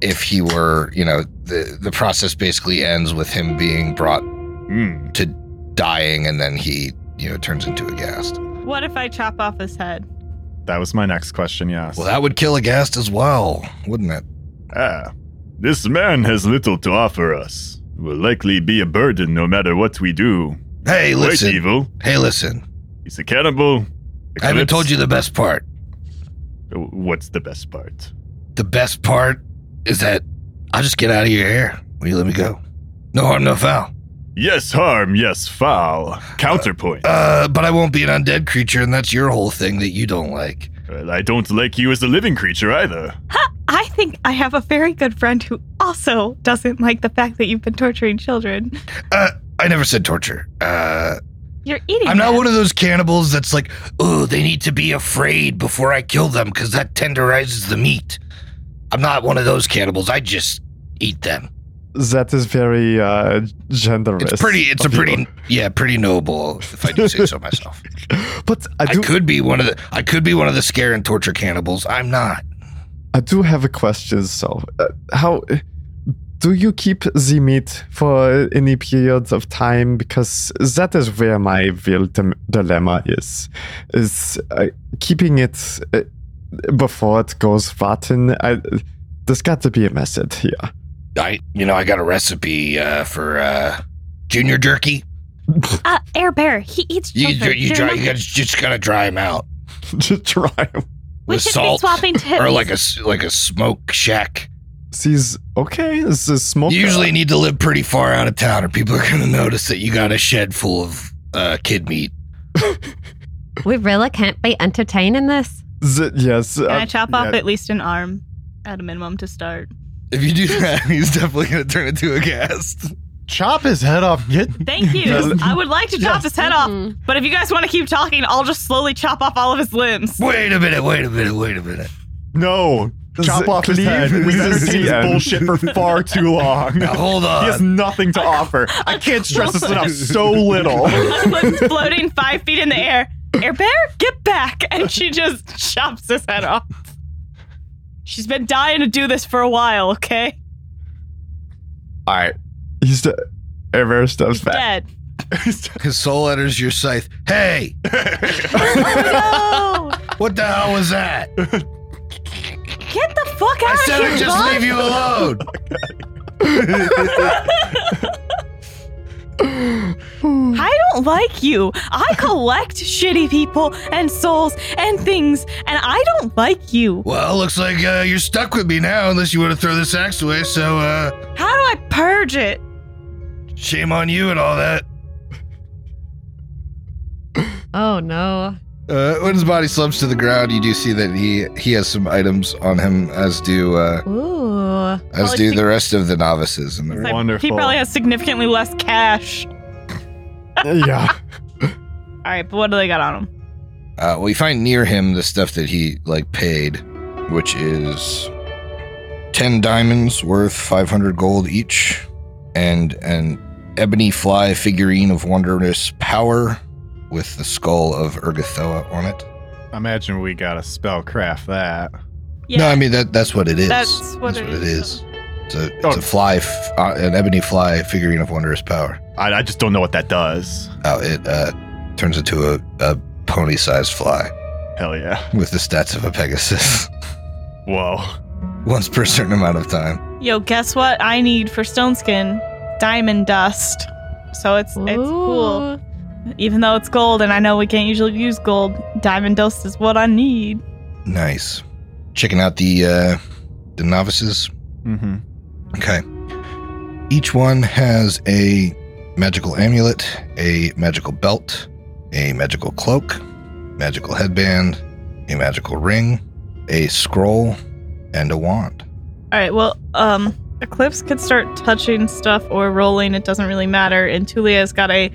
S10: if he were, you know, the the process basically ends with him being brought
S4: Mm.
S10: to dying, and then he, you know, turns into a ghast.
S1: What if I chop off his head?
S4: That was my next question, yes.
S10: Well, that would kill a ghast as well, wouldn't it?
S4: Ah, this man has little to offer us. Will likely be a burden no matter what we do.
S3: Hey, listen.
S4: evil.
S3: Hey, listen.
S4: He's a cannibal.
S3: I haven't told you the best part.
S4: What's the best part?
S3: The best part is that I'll just get out of your hair when you let me go. No harm, no foul.
S4: Yes, harm. Yes, foul. Counterpoint.
S3: Uh, but I won't be an undead creature, and that's your whole thing that you don't like.
S4: Well, I don't like you as a living creature either.
S1: I think I have a very good friend who also doesn't like the fact that you've been torturing children.
S3: I never said torture. Uh,
S1: You're eating.
S3: I'm not
S1: them.
S3: one of those cannibals that's like, oh, they need to be afraid before I kill them because that tenderizes the meat. I'm not one of those cannibals. I just eat them.
S6: That is very uh, genderless.
S3: It's pretty. It's a
S6: of you.
S3: pretty, yeah, pretty noble, if I do say so myself.
S6: But I
S3: I
S6: do.
S3: could be one of the. I could be one of the scare and torture cannibals. I'm not.
S6: I do have a question. So, uh, how do you keep the meat for any period of time? Because that is where my real dile- dilemma is: is uh, keeping it uh, before it goes rotten. I, there's got to be a method here.
S3: I, you know, I got a recipe uh, for uh, junior jerky.
S1: Uh, Air Bear, he eats
S3: You
S1: children.
S3: you, you,
S1: They're
S3: dry,
S1: not-
S3: you gotta, just gotta dry them out
S6: to try.
S1: we
S3: with
S1: should
S3: salt
S1: be swapping tips.
S3: or like a s- like a smoke shack.
S6: Sees okay. This is smoke. uh,
S3: You usually need to live pretty far out of town, or people are gonna notice that you got a shed full of uh, kid meat.
S5: We really can't be entertaining this.
S6: The- yes.
S1: Can
S6: uh,
S1: I chop off
S6: yeah.
S1: at least an arm at a minimum to start?
S10: If you do that, he's definitely going to turn into a ghast.
S4: Chop his head off. Get
S1: Thank you. I would like to chop his head
S3: Mm-hmm.
S1: off,
S5: Mhm.
S1: but if you guys want to keep talking, I'll just slowly chop off all of his limbs.
S3: Wait a minute! Wait a minute! Wait a minute!
S4: no. Chop
S6: Z-
S4: off his
S6: leave
S4: head. We've
S6: the
S4: entertained this
S6: end.
S4: bullshit for far too long.
S3: Now, hold
S4: He has
S3: on.
S4: nothing to offer. I can't stress this enough. So little.
S1: Clip's floating five feet in the air. Air Bear, get back! And she just chops his head off. She's been dying to do this for a while, okay?
S4: All right.
S6: He's de- Everest steps
S1: He's
S6: back.
S1: dead.
S3: His soul enters your scythe. Hey,
S1: Oh,
S3: what the hell was that?
S1: no! Get the fuck out
S3: I said
S1: of here,
S3: I'd just
S1: bud!
S3: leave you alone.
S1: I don't like you. I collect shitty people and souls and things, and I don't like you.
S3: Well, looks like uh, you're stuck with me now, unless you want to throw this axe away. So, uh,
S1: How do I purge it?
S3: shame on you and all that.
S5: Oh no.
S3: Uh, when his body slumps to the ground, you do see that he he has some items on him, as do uh,
S5: Ooh.
S3: as
S1: Well,
S3: do
S1: it's
S3: the rest of the novices. And the
S1: Like, He
S4: Wonderful.
S1: probably has significantly less cash.
S6: yeah.
S1: All right, but what do they got on him?
S3: uh, well, you find near him the stuff that he like paid, which is ten diamonds worth five hundred gold each, and an ebony fly figurine of wondrous power with the skull of Ergothoa on it.
S4: I imagine we gotta spellcraft that.
S1: Yeah,
S3: No, I mean that that's what it is.
S1: that's what,
S3: That's
S1: it
S3: what
S1: is.
S3: it is. It's a, it's
S4: Oh.
S3: a fly, f- uh, an ebony fly figurine of wondrous power.
S4: I, I just don't know what that does.
S3: Oh, it uh, turns into a, a pony-sized fly
S4: Hell yeah.
S3: with the stats of a Pegasus
S4: Whoa.
S3: once per certain amount of time.
S1: Yo, guess what? I need for stone skin diamond dust. So it's it's cool,
S5: Ooh.
S1: even though it's gold, and I know we can't usually use gold. Diamond dust is what I need.
S3: Nice. Checking out the uh, the novices.
S4: Mm-hmm.
S3: Okay. Each one has a magical amulet, a magical belt, a magical cloak, magical headband, a magical ring, a scroll, and a wand.
S1: All right, well, um, Eclipse could start touching stuff or rolling. It doesn't really matter. And Tulia's got a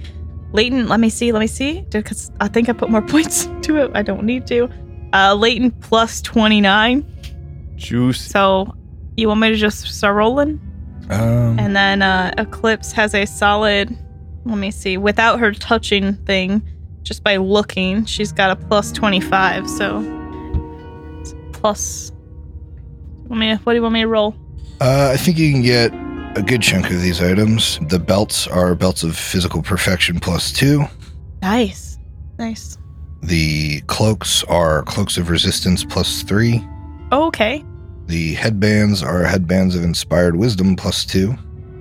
S1: latent. Let me see. Let me see. Because I think I put more points to it. I don't need to. Uh, latent plus twenty nine.
S6: Juice.
S1: So, you want me to just start rolling?
S3: Um,
S1: And then uh, Eclipse has a solid, let me see, without her touching thing, just by looking, she's got a plus 25. So, it's plus. Want me to- what do you want me to roll?
S3: Uh, I think you can get a good chunk of these items. The belts are belts of physical perfection plus two.
S1: Nice. Nice.
S3: The cloaks are cloaks of resistance plus three.
S1: Okay.
S3: The headbands are headbands of inspired wisdom plus two.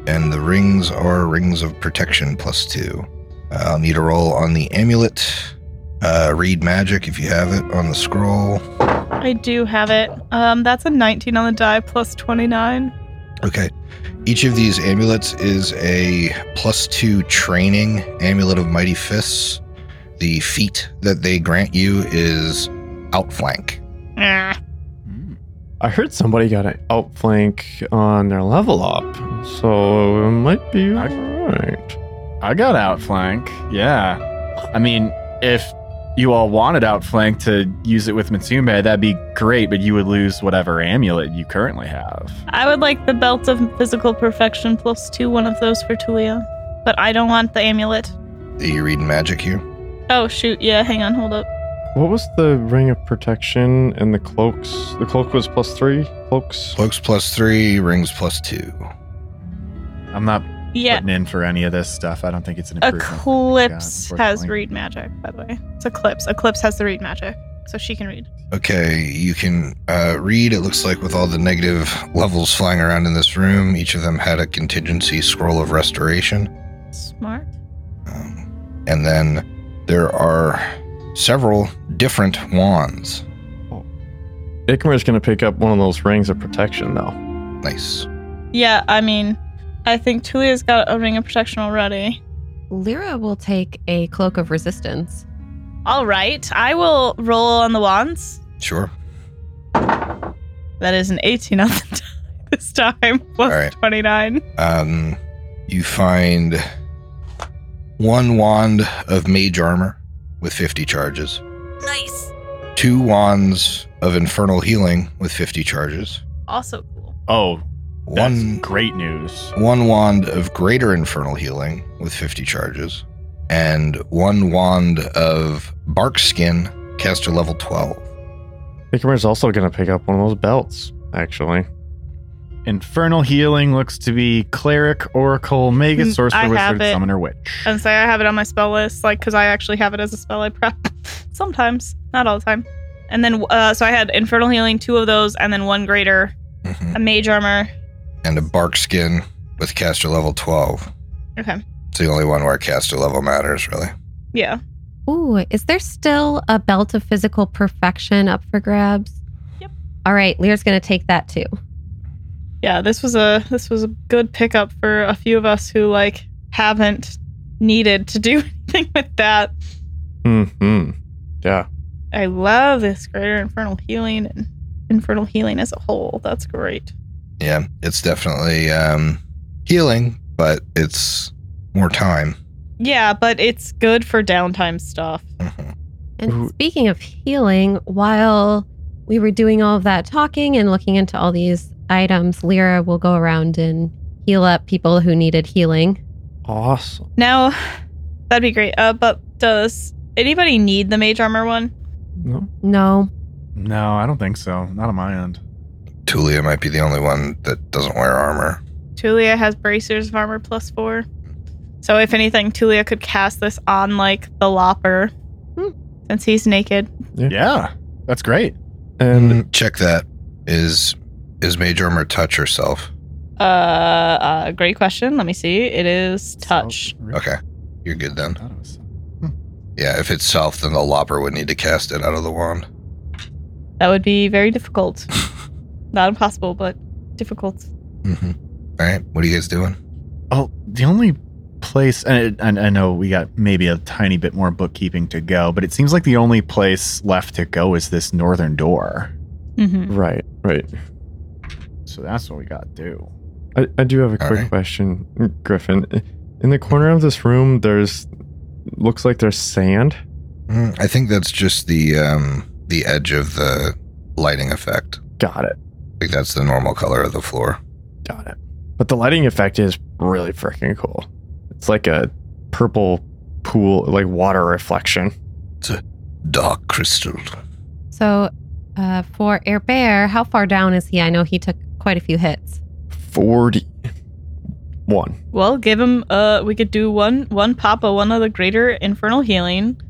S3: And the rings are rings of protection plus two. Uh, I'll need a roll on the amulet. Uh, read magic if you have it on the scroll.
S1: I do have it. Um, that's a 19 on the die plus 29.
S3: Okay. Each of these amulets is a plus two training amulet of mighty fists. The feat that they grant you is outflank.
S1: Ah,
S6: I heard somebody got an outflank on their level up, so it might be
S4: I-
S6: alright.
S4: I got outflank. Yeah. I mean, if you all wanted outflank to use it with Mitsume, that'd be great, but you would lose whatever amulet you currently have.
S1: I would like the belt of physical perfection plus two, one of those for Tulia. But I don't want the amulet.
S3: Are you reading magic here?
S1: Oh, shoot. Yeah, hang on. Hold up.
S6: What was the ring of protection and the cloaks? The cloak was plus three cloaks.
S3: Cloaks plus three, rings plus two.
S4: I'm not
S1: Yeah.
S4: putting in for any of this stuff. I don't think it's an improvement.
S1: Eclipse
S4: Yeah,
S1: has
S4: unfortunately.
S1: read magic, by the way. It's Eclipse. Eclipse has the read magic, so she can read.
S3: Okay, you can uh, read. It looks like with all the negative levels flying around in this room, each of them had a contingency scroll of restoration.
S1: Smart.
S3: Um, and then there are several different wands.
S6: Ikmar's gonna pick up one of those rings of protection, though.
S3: Nice.
S1: Yeah, I mean, I think Tulia's got a ring of protection already.
S5: Lyra will take a cloak of resistance.
S1: All right, I will roll on the wands.
S3: Sure.
S1: That is an 18 on the die this time, plus
S3: All right.
S1: 29.
S3: Um, you find one wand of mage armor with 50 charges,
S1: Nice.
S3: two wands of infernal healing with 50 charges,
S1: Also cool.
S4: Oh, that's
S3: one
S4: great news.
S3: one wand of greater infernal healing with 50 charges, and one wand of bark skin caster level 12.
S6: Ikmar's also gonna pick up one of those belts. actually.
S4: Infernal healing looks to be cleric, oracle,
S1: Hmm,
S4: magus,
S1: I
S4: sorcerer,
S1: have
S4: wizard,
S1: it. Uh,
S4: summoner, witch.
S1: And say I have it on my spell list, like because I actually have it as a spell I prep sometimes, not all the time. And then uh, so I had infernal healing, two of those, and then one greater,
S3: Mhm.
S1: a mage armor.
S3: And a bark skin with caster level 12.
S1: Okay,
S3: It's the only one where caster level matters, really.
S1: yeah,
S5: Ooh, is there still a belt of physical perfection up for grabs?
S1: Yep.
S5: All right, Lear's going to take that too.
S1: yeah. This was a this was a good pickup for a few of us who like haven't needed to do anything with that.
S6: Hmm. Yeah.
S1: I love this greater infernal healing and infernal healing as a whole. That's great.
S3: Yeah, it's definitely um, healing, but it's more time.
S1: Yeah, but it's good for downtime stuff.
S3: Mhm.
S5: And
S6: Ooh.
S5: speaking of healing, while we were doing all of that talking and looking into all these items, Lyra will go around and heal up people who needed healing.
S6: Awesome.
S1: Now, that'd be great. Uh, but does anybody need the mage armor one?
S6: No.
S5: No,
S4: No, I don't think so. Not on my end.
S3: Tulia might be the only one that doesn't wear armor.
S1: Tulia has bracers of armor plus four. So if anything, Tulia could cast this on like the lopper,
S5: Hmm.
S1: since he's naked.
S4: Yeah, that's great.
S6: And
S3: Mm, Check that. Is is Mage Armor touch herself?
S1: Uh, uh, great question. Let me see. It is touch.
S4: So- Oh, really?
S3: Okay, you're good
S4: I
S3: then.
S4: thought it was-
S3: Yeah, if it's self, then the lopper would need to cast it out of the wand.
S1: That would be very difficult. Not impossible, but difficult.
S3: Mm-hmm. All right, what are you guys doing?
S4: Oh, the only place, and I, and I know we got maybe a tiny bit more bookkeeping to go, but it seems like the only place left to go is this northern door. Hmm.
S1: Mm-hmm.
S6: right, right.
S4: So that's what we got to do.
S6: I, I do have a
S3: All
S6: quick
S3: right.
S6: question, Griffin. In the corner of this room, there's looks like there's sand.
S3: Mm, I think that's just the um, the edge of the lighting effect.
S6: Got it.
S3: I think that's the normal color of the floor.
S6: Got it. But the lighting effect is really freaking cool. It's like a purple pool, like water reflection.
S3: Dark crystal.
S5: So, uh, for Air Bear, how far down is he? I know he took quite a few hits.
S6: 41.
S1: Well, give him. Uh, we could do one one pop of one of the greater infernal healing,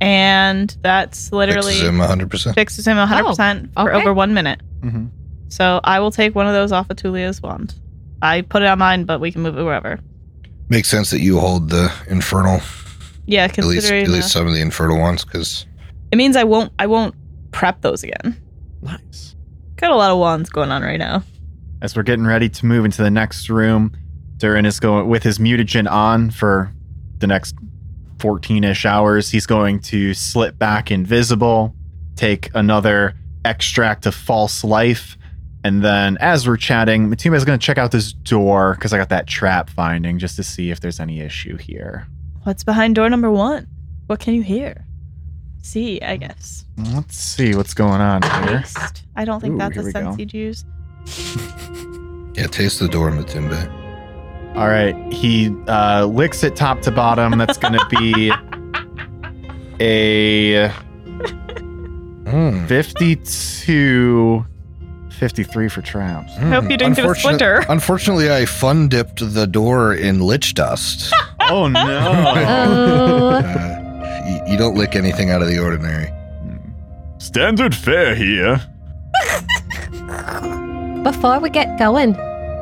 S1: and that's literally
S3: Fixes him 100%.
S1: fixes him 100% for
S5: okay.
S1: over one minute.
S4: Mm-hmm.
S1: So I will take one of those off of Tulia's wand. I put it on mine, but we can move it wherever.
S3: Makes sense that you hold the infernal,
S1: Yeah,
S3: at least
S1: considering
S3: at least
S1: uh,
S3: some of the infernal ones, because
S1: it means I won't I won't prep those again.
S6: Nice.
S1: Got a lot of wands going on right now.
S4: As we're getting ready to move into the next room, Durin is going with his mutagen on for the next 14 ish hours. He's going to slip back invisible, take another extract of false life. And then as we're chatting, Matuma is going to check out this door because I got that trap finding just to see if there's any issue here.
S1: What's behind door number one? What can you hear? See, I guess.
S4: Let's see what's going on here.
S1: Taste. I don't think
S4: Ooh,
S1: that's
S4: here
S1: a
S4: we go.
S1: sense you'd use.
S3: yeah, taste the door, Matumbe.
S4: All right, he uh, licks it top to bottom. That's going to be a
S3: Mm.
S4: 52 53 for traps
S3: Mm.
S1: hope you didn't get a
S3: Unfortunate-
S1: splinter.
S3: Unfortunately, I fun dipped the door in lich dust.
S4: oh no
S5: Oh,
S3: uh, you, you don't lick anything out of the ordinary.
S4: standard fare here
S5: before we get going,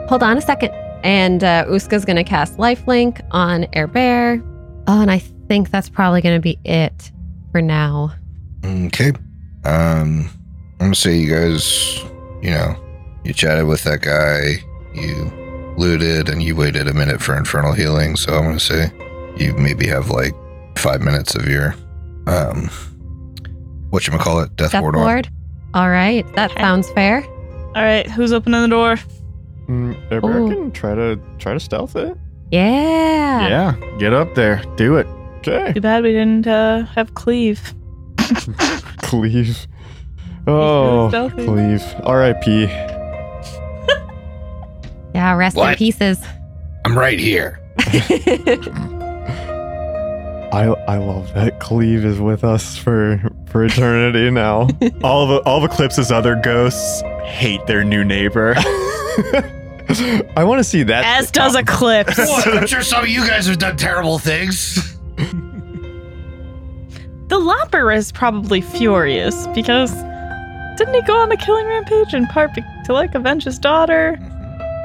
S5: hold on a second. And uh, Uska's going to cast Lifelink on Air Bear. Oh, and I think that's probably going to be it for now.
S3: Okay. Um, I'm gonna say you guys, you know, you chatted with that guy, you looted, and you waited a minute for infernal healing. So I'm gonna say you maybe have like five minutes of your, um, what you call it, death
S5: Death
S3: ward. on.
S5: Ward? All right, that
S1: Okay.
S5: sounds fair.
S1: All right, who's opening the door?
S6: Mm, Air
S5: Ooh.
S6: Bear can try to try to stealth it.
S5: Yeah.
S4: yeah get up there do it
S6: Okay.
S1: Too bad we didn't uh, have cleave.
S6: Cleave. Oh,
S1: stealthy.
S6: Cleave. R.I.P.
S5: Yeah, rest in
S11: What?
S5: pieces.
S11: I'm right here.
S6: I I love that Cleave is with us for for eternity now.
S4: all of all of eclipse's other ghosts hate their new neighbor.
S6: I want to see that.
S1: As does Eclipse.
S11: What? I'm sure some of you guys have done terrible things.
S1: the Lopper is probably furious because didn't he go on a killing rampage in part be- to like avenge his daughter?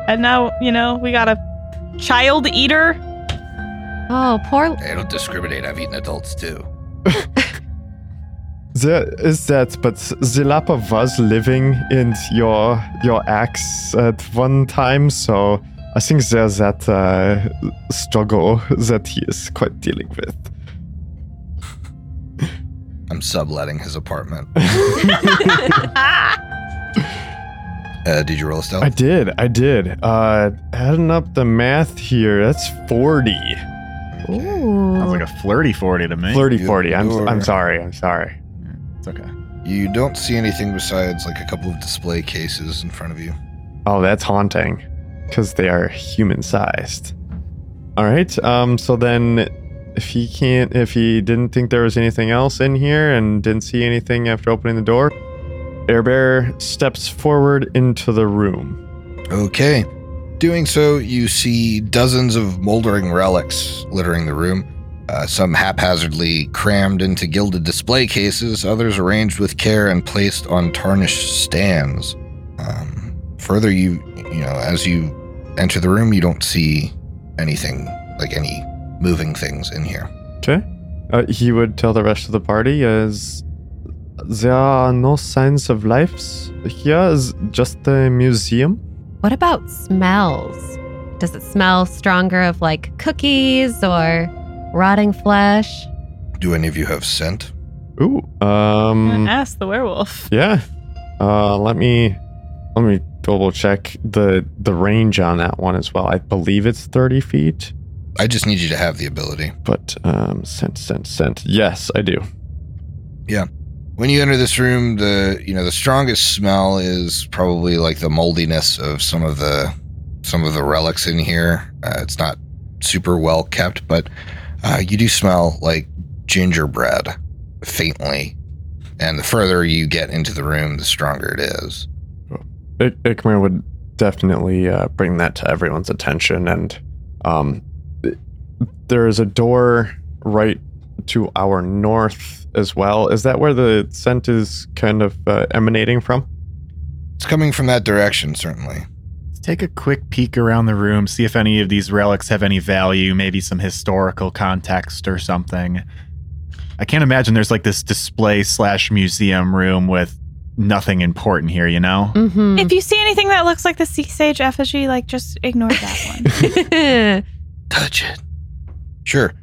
S1: And now, you know, we got a child eater.
S5: Oh, poor.
S11: I don't discriminate. I've eaten adults too.
S6: There is that, but the Lapa was living in your your axe at one time, so I think there's that uh, struggle that he is quite dealing with.
S3: I'm subletting his apartment.
S1: Ah!
S3: Uh, did you roll a stealth?
S6: I did, I did. Uh, adding up the math here, that's 40.
S4: Sounds
S5: Ooh.
S4: like a flirty 40 to me.
S6: 30,
S3: You-
S6: 40. I'm,
S3: you're-
S6: I'm sorry, I'm sorry.
S4: It's okay.
S3: You don't see anything besides like a couple of display cases in front of you.
S6: Oh, that's haunting. Because they are human sized. Alright, um, so then if he can't if he didn't think there was anything else in here and didn't see anything after opening the door, Air Bear steps forward into the room.
S3: Okay. Doing so, you see dozens of moldering relics littering the room, uh, some haphazardly crammed into gilded display cases, others arranged with care and placed on tarnished stands. Um, further, you, you know, as you enter the room, you don't see anything like any moving things in here.
S6: Okay. Uh, he would tell the rest of the party as there are no signs of lives here, is just a museum.
S5: What about smells? Does it smell stronger of like cookies or rotting flesh?
S3: Do any of you have scent?
S6: Ooh. Um
S1: Ask the werewolf.
S6: Yeah. Uh, let me let me double check the the range on that one as well. I believe it's thirty feet,
S3: I just need you to have the ability.
S6: but um, cent cent cent. Yes, I do.
S3: When you enter this room, the you know the strongest smell is probably like the moldiness of some of the some of the relics in here. Uh, it's not super well kept, but uh, you do smell like gingerbread faintly. And the further you get into the room, the stronger it is.
S6: Ik- Ikmer would definitely uh, bring that to everyone's attention, and um, th- there is a door right to our north as well. Is that where the scent is kind of uh, emanating from?
S3: It's coming from that direction, certainly.
S4: Let's take a quick peek around the room, see if any of these relics have any value, maybe some historical context or something. I can't imagine there's like this display slash museum room with nothing important here, you know?
S5: Mm-hmm.
S1: If you see anything that looks like the sea sage effigy, like just ignore that one.
S11: Touch it.
S3: Sure.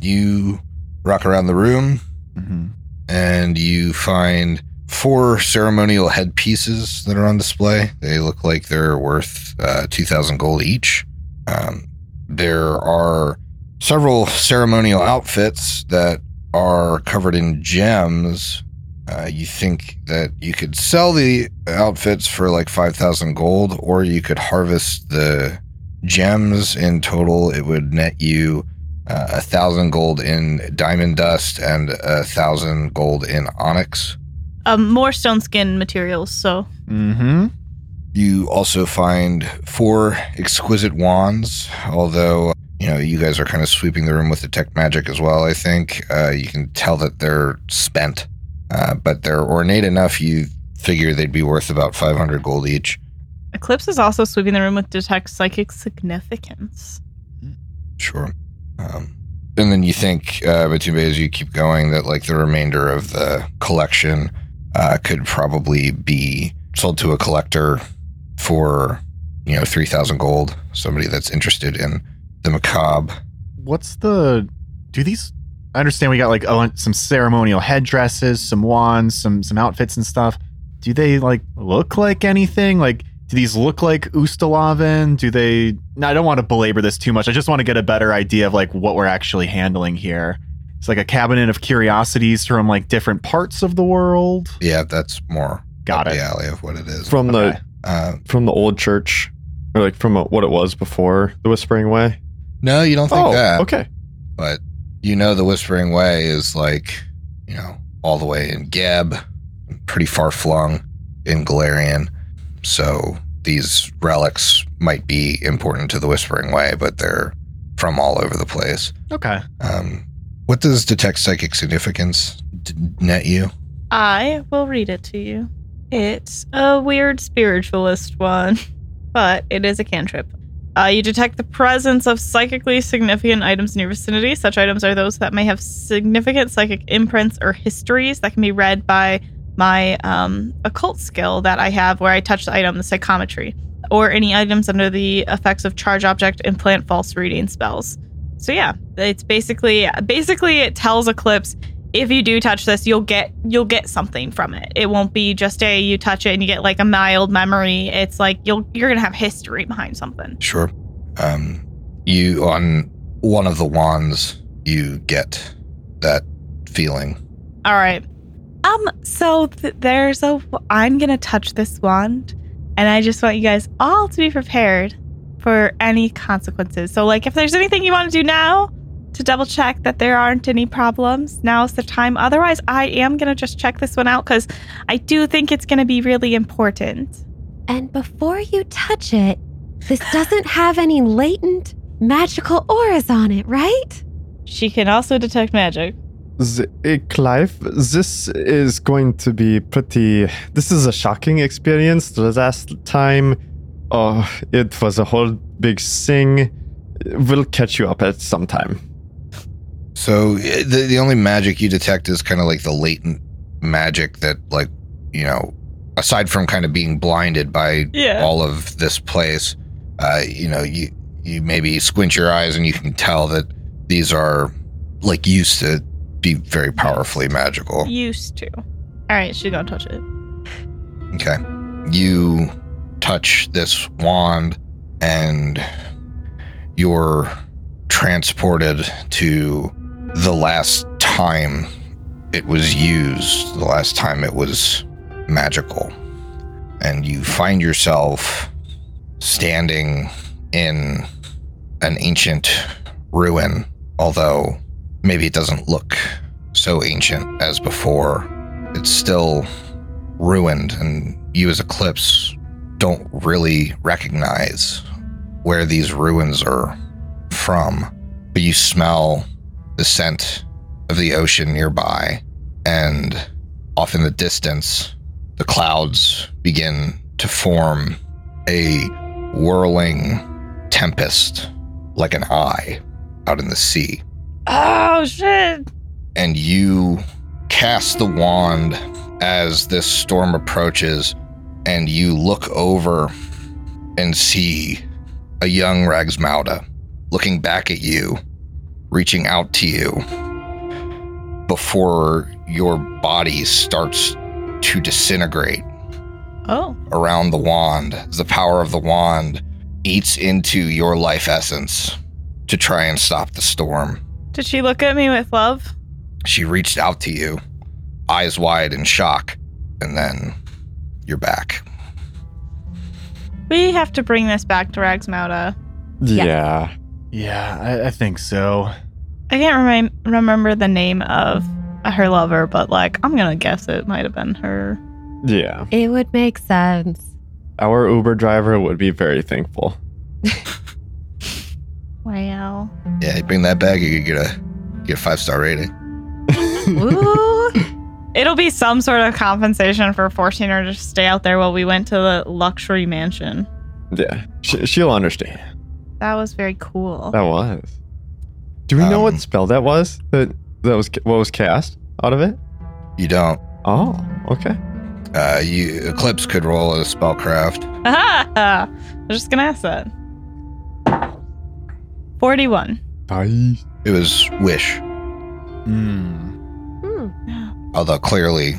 S3: You rock around the room.
S4: hmm
S3: and you find four ceremonial headpieces that are on display. They look like they're worth uh, 2,000 gold each. Um, there are several ceremonial outfits that are covered in gems. Uh, you think that you could sell the outfits for like 5,000 gold, or you could harvest the gems in total. It would net you uh, a thousand gold in diamond dust and a thousand gold in onyx.
S1: um, more stone skin materials, so
S4: hmm
S3: You also find four exquisite wands, although you know you guys are kind of sweeping the room with the tech magic as well. I think uh, you can tell that they're spent, uh, but they're ornate enough. You figure they'd be worth about five hundred gold each.
S1: Eclipse is also sweeping the room with detect psychic significance.
S3: Sure. Um, and then you think, uh, Batumbe, as you keep going, that like the remainder of the collection uh, could probably be sold to a collector for, you know, 3,000 gold, somebody that's interested in the macabre.
S4: What's the. Do these. I understand we got like oh, some ceremonial headdresses, some wands, some some outfits and stuff. Do they like look like anything? Like, do these look like Ustalavan? Do they? No, I don't want to belabor this too much. I just want to get a better idea of like what we're actually handling here. It's like a cabinet of curiosities from like different parts of the world.
S3: Yeah, that's more
S4: Got
S3: up
S4: it.
S3: the alley of what it is.
S6: From
S4: Okay.
S3: Uh,
S6: the from the old church, or like from uh what it was before the Whispering Way?
S3: no, you don't think
S6: oh,
S3: that,
S6: okay.
S3: but you know, the Whispering Way is like, you know, all the way in Geb, pretty far flung in Galarian. So these relics might be important to the Whispering Way, but they're from all over the place.
S6: Okay.
S3: Um, what does detect psychic significance d- net you?
S1: I will read it to you. It's a weird spiritualist one, but it is a cantrip. Uh, you detect the presence of psychically significant items in your vicinity. Such items are those that may have significant psychic imprints or histories that can be read by my um, occult skill that I have, where I touch the item, the psychometry, or any items under the effects of charge object and plant false reading spells. So yeah, it's basically basically it tells Eclipse if you do touch this you'll get you'll get something from it it won't be just a you touch it and you get like a mild memory it's like you'll you're gonna have history behind something
S3: Sure. Um, you on one of the wands, you get that feeling.
S1: all right um so th- there's a i'm gonna touch this wand and i just want you guys all to be prepared for any consequences so like if there's anything you want to do now to double check that there aren't any problems now's the time otherwise i am gonna just check this one out because i do think it's gonna be really important
S5: And before you touch it, this doesn't have any latent magical auras on it, right?
S1: She can also detect magic.
S6: Z- eh, Clive, this is going to be pretty. This is a shocking experience. The last time, oh, it was a whole big thing. We'll catch you up at some time.
S3: So eh, the the only magic you detect is kind of like the latent magic that, like, you know, aside from kind of being blinded by
S1: Yeah.
S3: all of this place, uh, you know, you you maybe squint your eyes and you can tell that these are like used to be very powerfully magical.
S1: Used to. All right, she's gonna touch it.
S3: Okay. You touch this wand and you're transported to the last time it was used, the last time it was magical. And you find yourself standing in an ancient ruin, although maybe it doesn't look so ancient as before. It's still ruined and you as Eclipse don't really recognize where these ruins are from. But you smell the scent of the ocean nearby, and off in the distance, the clouds begin to form a whirling tempest like an eye out in the sea
S1: Oh shit!
S3: and you cast the wand as this storm approaches, and you look over and see a young Ragsmauda looking back at you, reaching out to you before your body starts to disintegrate
S1: Oh,
S3: around the wand. The power of the wand eats into your life essence to try and stop the storm.
S1: did she look at me with love?
S3: She reached out to you, eyes wide in shock, and then you're back.
S1: We have to bring this back to Ragsmauda.
S5: Yeah.
S6: Yeah. Yeah, I, I think so.
S1: I can't remi- remember the name of her lover, but like I'm gonna guess it might have been her.
S6: Yeah.
S5: It would make sense.
S6: Our Uber driver would be very thankful.
S1: Wow.
S3: Yeah, you bring that back, you could get a get a five star rating.
S5: Ooh.
S1: It'll be some sort of compensation for forcing her to stay out there while we went to the luxury mansion.
S6: Yeah. She, she'll understand.
S1: That was very cool.
S6: That was. Do we know
S3: Um,
S6: what spell that was? That that was ca- what was cast out of it?
S3: You don't.
S6: Oh, okay.
S3: Uh, you Eclipse could roll a spellcraft.
S1: I was just gonna ask that. Forty-one.
S4: Bye.
S3: It was wish,
S6: Mm.
S5: Hmm.
S3: although clearly,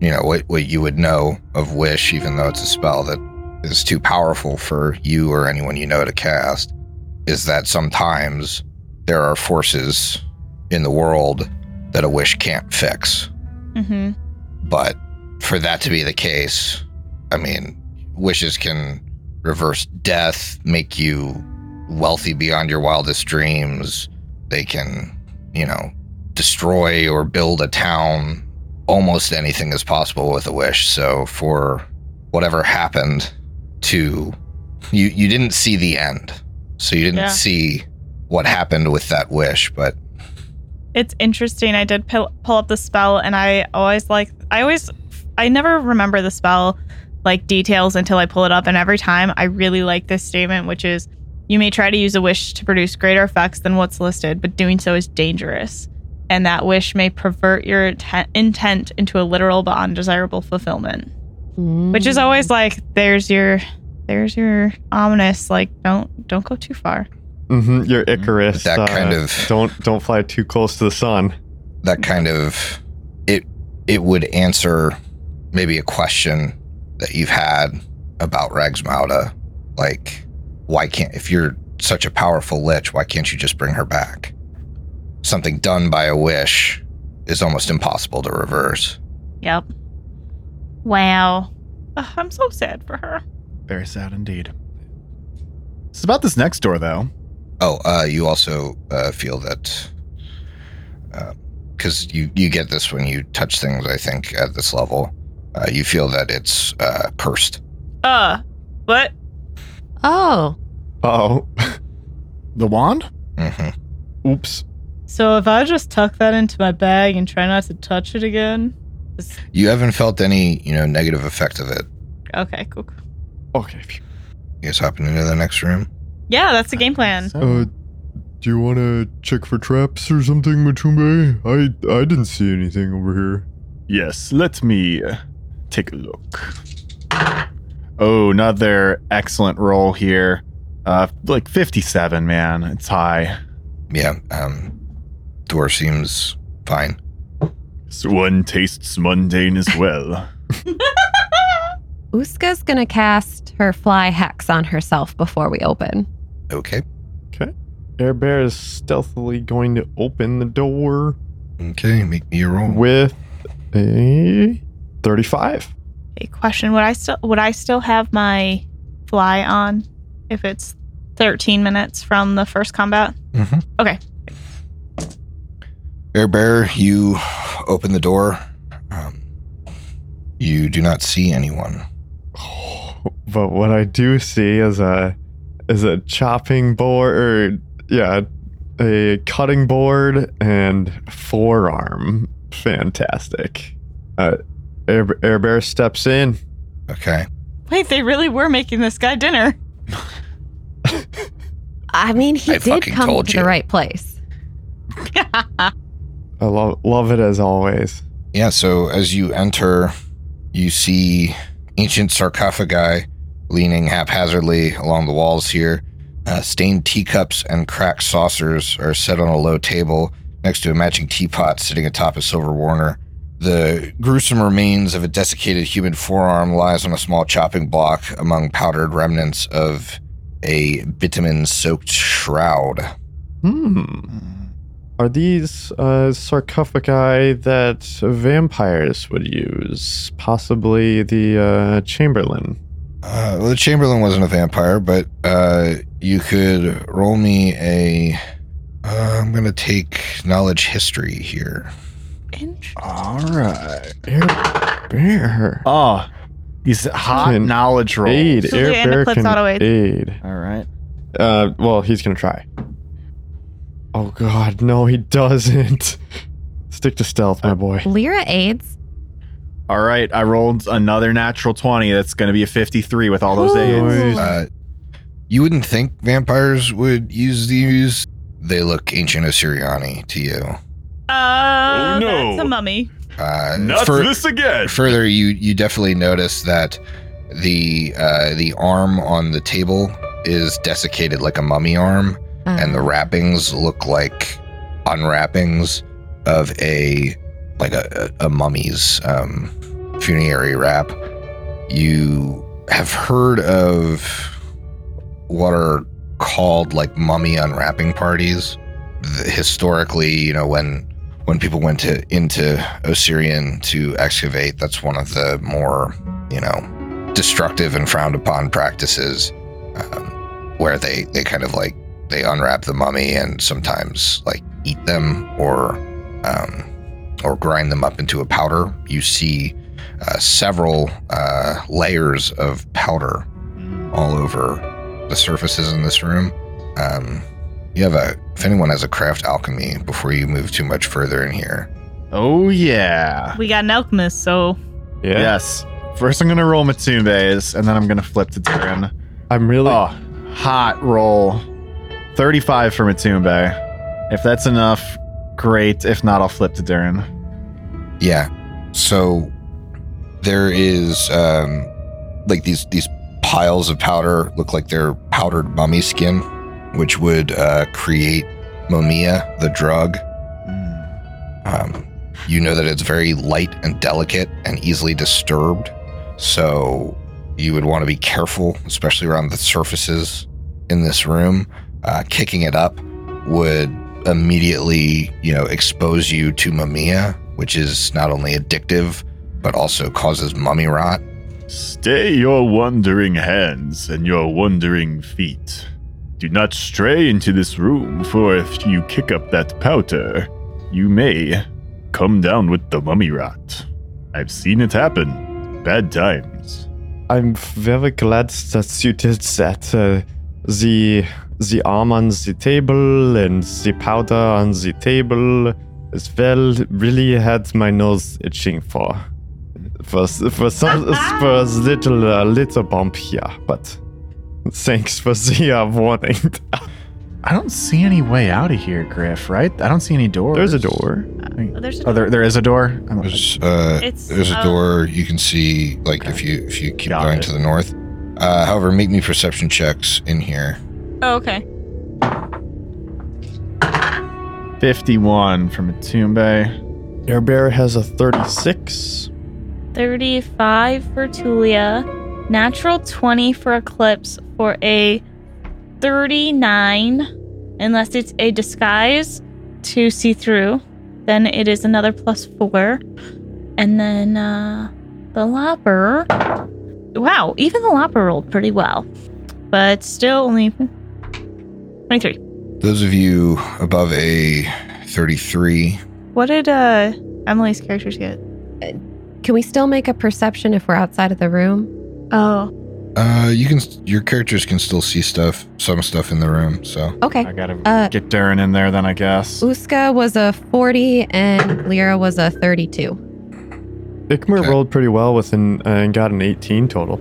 S3: you know what what you would know of wish, even though it's a spell that is too powerful for you or anyone you know to cast, is that sometimes there are forces in the world that a wish can't fix.
S1: Mm-hmm.
S3: But for that to be the case, I mean, wishes can reverse death, make you wealthy beyond your wildest dreams. They can, you know, destroy or build a town. Almost anything is possible with a wish. So for whatever happened to you you didn't see the end. So you didn't
S1: Yeah.
S3: see what happened with that wish, but
S1: It's interesting. I did pull, pull up the spell, and I always like, I always, I never remember the spell like details until I pull it up. And every time I really like this statement, which is you may try to use a wish to produce greater effects than what's listed, but doing so is dangerous. And that wish may pervert your te- intent into a literal but undesirable fulfillment, which is
S5: Mm.
S1: always like, there's your, there's your ominous, like, don't, don't go too far.
S6: Mm-hmm.
S4: hmm You're Icarus.
S3: that
S4: uh,
S3: kind of
S4: don't don't fly too close to the sun.
S3: that kind of it it would answer maybe a question that you've had about Ragsmauda, like why can't if you're such a powerful lich, why can't you just bring her back? Something done by a wish is almost impossible to reverse.
S1: Yep. Wow. Ugh, I'm so sad for her.
S4: Very sad indeed. It's about this next door though.
S3: Oh, uh, you also uh, feel that because you you get this when you touch things. I think at this level, uh, you feel that it's uh, cursed.
S1: Uh, what?
S5: Oh,
S4: Oh, the wand.
S3: hmm
S6: Oops.
S1: So if I just tuck that into my bag and try not to touch it again?
S3: You haven't felt any you know negative effect of it.
S1: Okay, cool. cool.
S6: Okay. phew.
S3: You guys hopping into the next room.
S1: Yeah, that's the game plan.
S6: Uh, do you want to check for traps or something, Matumbe? I I didn't see anything over here.
S4: Yes, let me uh, take a look. Oh, another excellent roll here. Uh, like 57, man. It's high.
S3: Yeah, um, door seems fine.
S4: So one tastes mundane as well.
S5: Uska's going to cast her fly hex on herself before we open.
S3: Okay,
S6: Air Bear is stealthily going to open the door
S3: okay, make me a roll.
S6: with a 35.
S1: Okay, question: Would I still would I still have my fly on if it's 13 minutes from the first combat?
S3: Mhm.
S1: Okay.
S3: Air Bear, you open the door. Um, you do not see anyone.
S6: But what I do see is a is a chopping board or yeah, a cutting board and forearm. Fantastic. Uh, Air, Air Bear steps in.
S3: Okay,
S1: Wait, they really were making this guy dinner.
S5: I mean, he
S3: I
S5: did
S3: fucking
S5: come
S3: told
S5: to
S3: you.
S5: the right place.
S6: I love love it as always.
S3: Yeah, so as you enter, you see ancient sarcophagi leaning haphazardly along the walls here. Uh, stained teacups and cracked saucers are set on a low table next to a matching teapot sitting atop a silver warner. The gruesome remains of a desiccated human forearm lies on a small chopping block among powdered remnants of a bitumen soaked shroud.
S6: Hmm. Are these uh, sarcophagi that vampires would use? Possibly the uh, Chamberlain.
S3: Uh, well, the Chamberlain wasn't a vampire, but uh, you could roll me a. Uh, I'm gonna take knowledge history here.
S1: Interesting.
S4: All right.
S6: Air Bear.
S4: Oh, he's hot
S6: Can
S4: knowledge roll.
S6: Aid.
S1: Julia
S6: Air
S1: and
S6: Bear
S1: Eclipse
S6: can
S1: auto aid.
S6: aid.
S4: All right.
S6: Uh, well, he's gonna try. Oh God, no, he doesn't. Stick to stealth, my boy.
S5: Lyra aids.
S4: All right. I rolled another natural 20. That's going to be a 53 with all those
S5: Ooh.
S4: aids.
S3: Uh, you wouldn't think vampires would use these. They look ancient Assyriani to you.
S1: Uh,
S4: Oh, no.
S1: that's a mummy.
S3: Uh,
S4: Not
S3: fur-
S4: this again.
S3: further, you you definitely notice that the uh, the arm on the table is desiccated like a mummy arm.
S5: Uh,
S3: and the wrappings look like unwrappings of a like a, a, a mummy's um, funerary wrap. You have heard of what are called like mummy unwrapping parties. The, historically, you know when when people went to into Osirian to excavate, that's one of the more you know destructive and frowned upon practices, um, where they they kind of like they unwrap the mummy and sometimes like eat them or um, or grind them up into a powder. You see uh, several uh, layers of powder all over the surfaces in this room. Um, you have a, if anyone has a craft alchemy before you move too much further in here,
S4: Oh yeah.
S1: We got an alchemist, so
S6: Yeah.
S4: Yes. First, I'm gonna roll Matumbes, and then I'm gonna flip to Durin.
S6: I'm really.
S4: Oh, hot roll. 35 for Matumbe. If that's enough, great. If not, I'll flip to Durin.
S3: Yeah. So there is um like these these piles of powder look like they're powdered mummy skin, which would uh, create momia, the drug.
S4: Hmm.
S3: Um, you know that it's very light and delicate and easily disturbed, so you would want to be careful, especially around the surfaces in this room. Uh, kicking it up would immediately, you know, expose you to mumia, which is not only addictive but also causes mummy rot.
S4: Stay your wandering hands and your wandering feet. Do not stray into this room, for if you kick up that powder, you may come down with the mummy rot. I've seen it happen. Bad times.
S6: I'm very glad that you did that. Uh, the the arm on the table and the powder on the table as well really had my nose itching for for for some for a little uh, little bump here, but thanks for the uh, warning.
S4: I don't see any way out of here, Griff, right? I don't see any doors.
S6: There's a door.
S1: Oh, there's a
S4: Oh, there, there is a door? I don't-
S3: There's uh,
S1: It's,
S3: there's a
S1: uh,
S3: door you can see like if you if you keep
S4: um, Got
S3: going
S4: it.
S3: to the north. Uh, however, make me perception checks in here.
S1: Oh, okay.
S4: 51 from Matumbe.
S6: Air Bear has a 36.
S1: 35 for Tulia, natural 20 for Eclipse for a 39, unless it's a disguise to see through. Then it is another plus four. And then uh, the Lopper. Wow, even the Lopper rolled pretty well, but still only 23.
S3: Those of you above a 33,
S1: What did uh, Emily's characters get?
S5: Can we still make a perception if we're outside of the room?
S1: Oh,
S3: uh, you can your characters can still see stuff, some stuff in the room. So
S5: Okay.
S4: I gotta
S5: Uh,
S4: get Durin in there then, I guess.
S5: Uska was a 40 and Lyra was a 32.
S6: Ikmer
S3: Okay.
S6: rolled pretty well with an uh, and got an 18 total.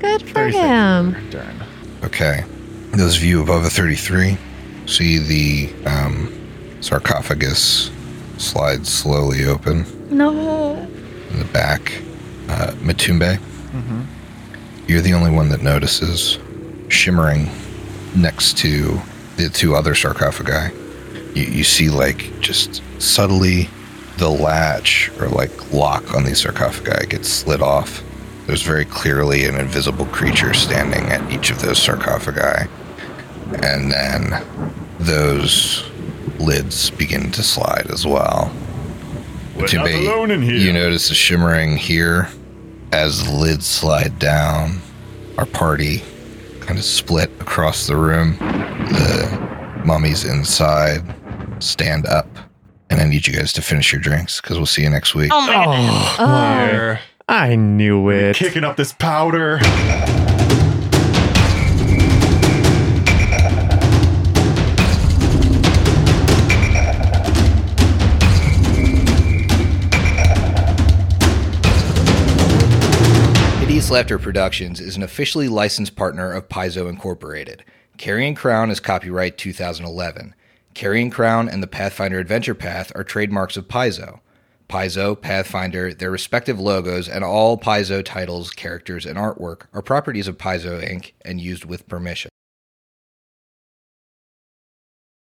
S5: Good for
S4: 36
S5: him.
S4: for Durin.
S3: okay, those of you above a 33 see the um, sarcophagus slide slowly open.
S1: no.
S3: in the back. Uh, Matumbe, you're the only one that notices shimmering next to the two other sarcophagi. You, you see, like, just subtly the latch or like lock on these sarcophagi gets slid off. There's very clearly an invisible creature standing at each of those sarcophagi. And then those lids begin to slide as well. Matumbe, you notice a shimmering here as the lids slide down. Our party kind of split across the room. The mummies inside stand up. And I need you guys to finish your drinks because we'll see you next week.
S1: Oh my god.
S6: Oh,
S5: Oh,
S6: I knew it.
S4: Kicking up this powder.
S12: Hideous Laughter Productions is an officially licensed partner of Paizo Incorporated. Carrying Crown is copyright 2011. Carrying Crown and the Pathfinder Adventure Path are trademarks of Paizo. Paizo, Pathfinder, their respective logos, and all Paizo titles, characters, and artwork are properties of Paizo Inc. and used with permission.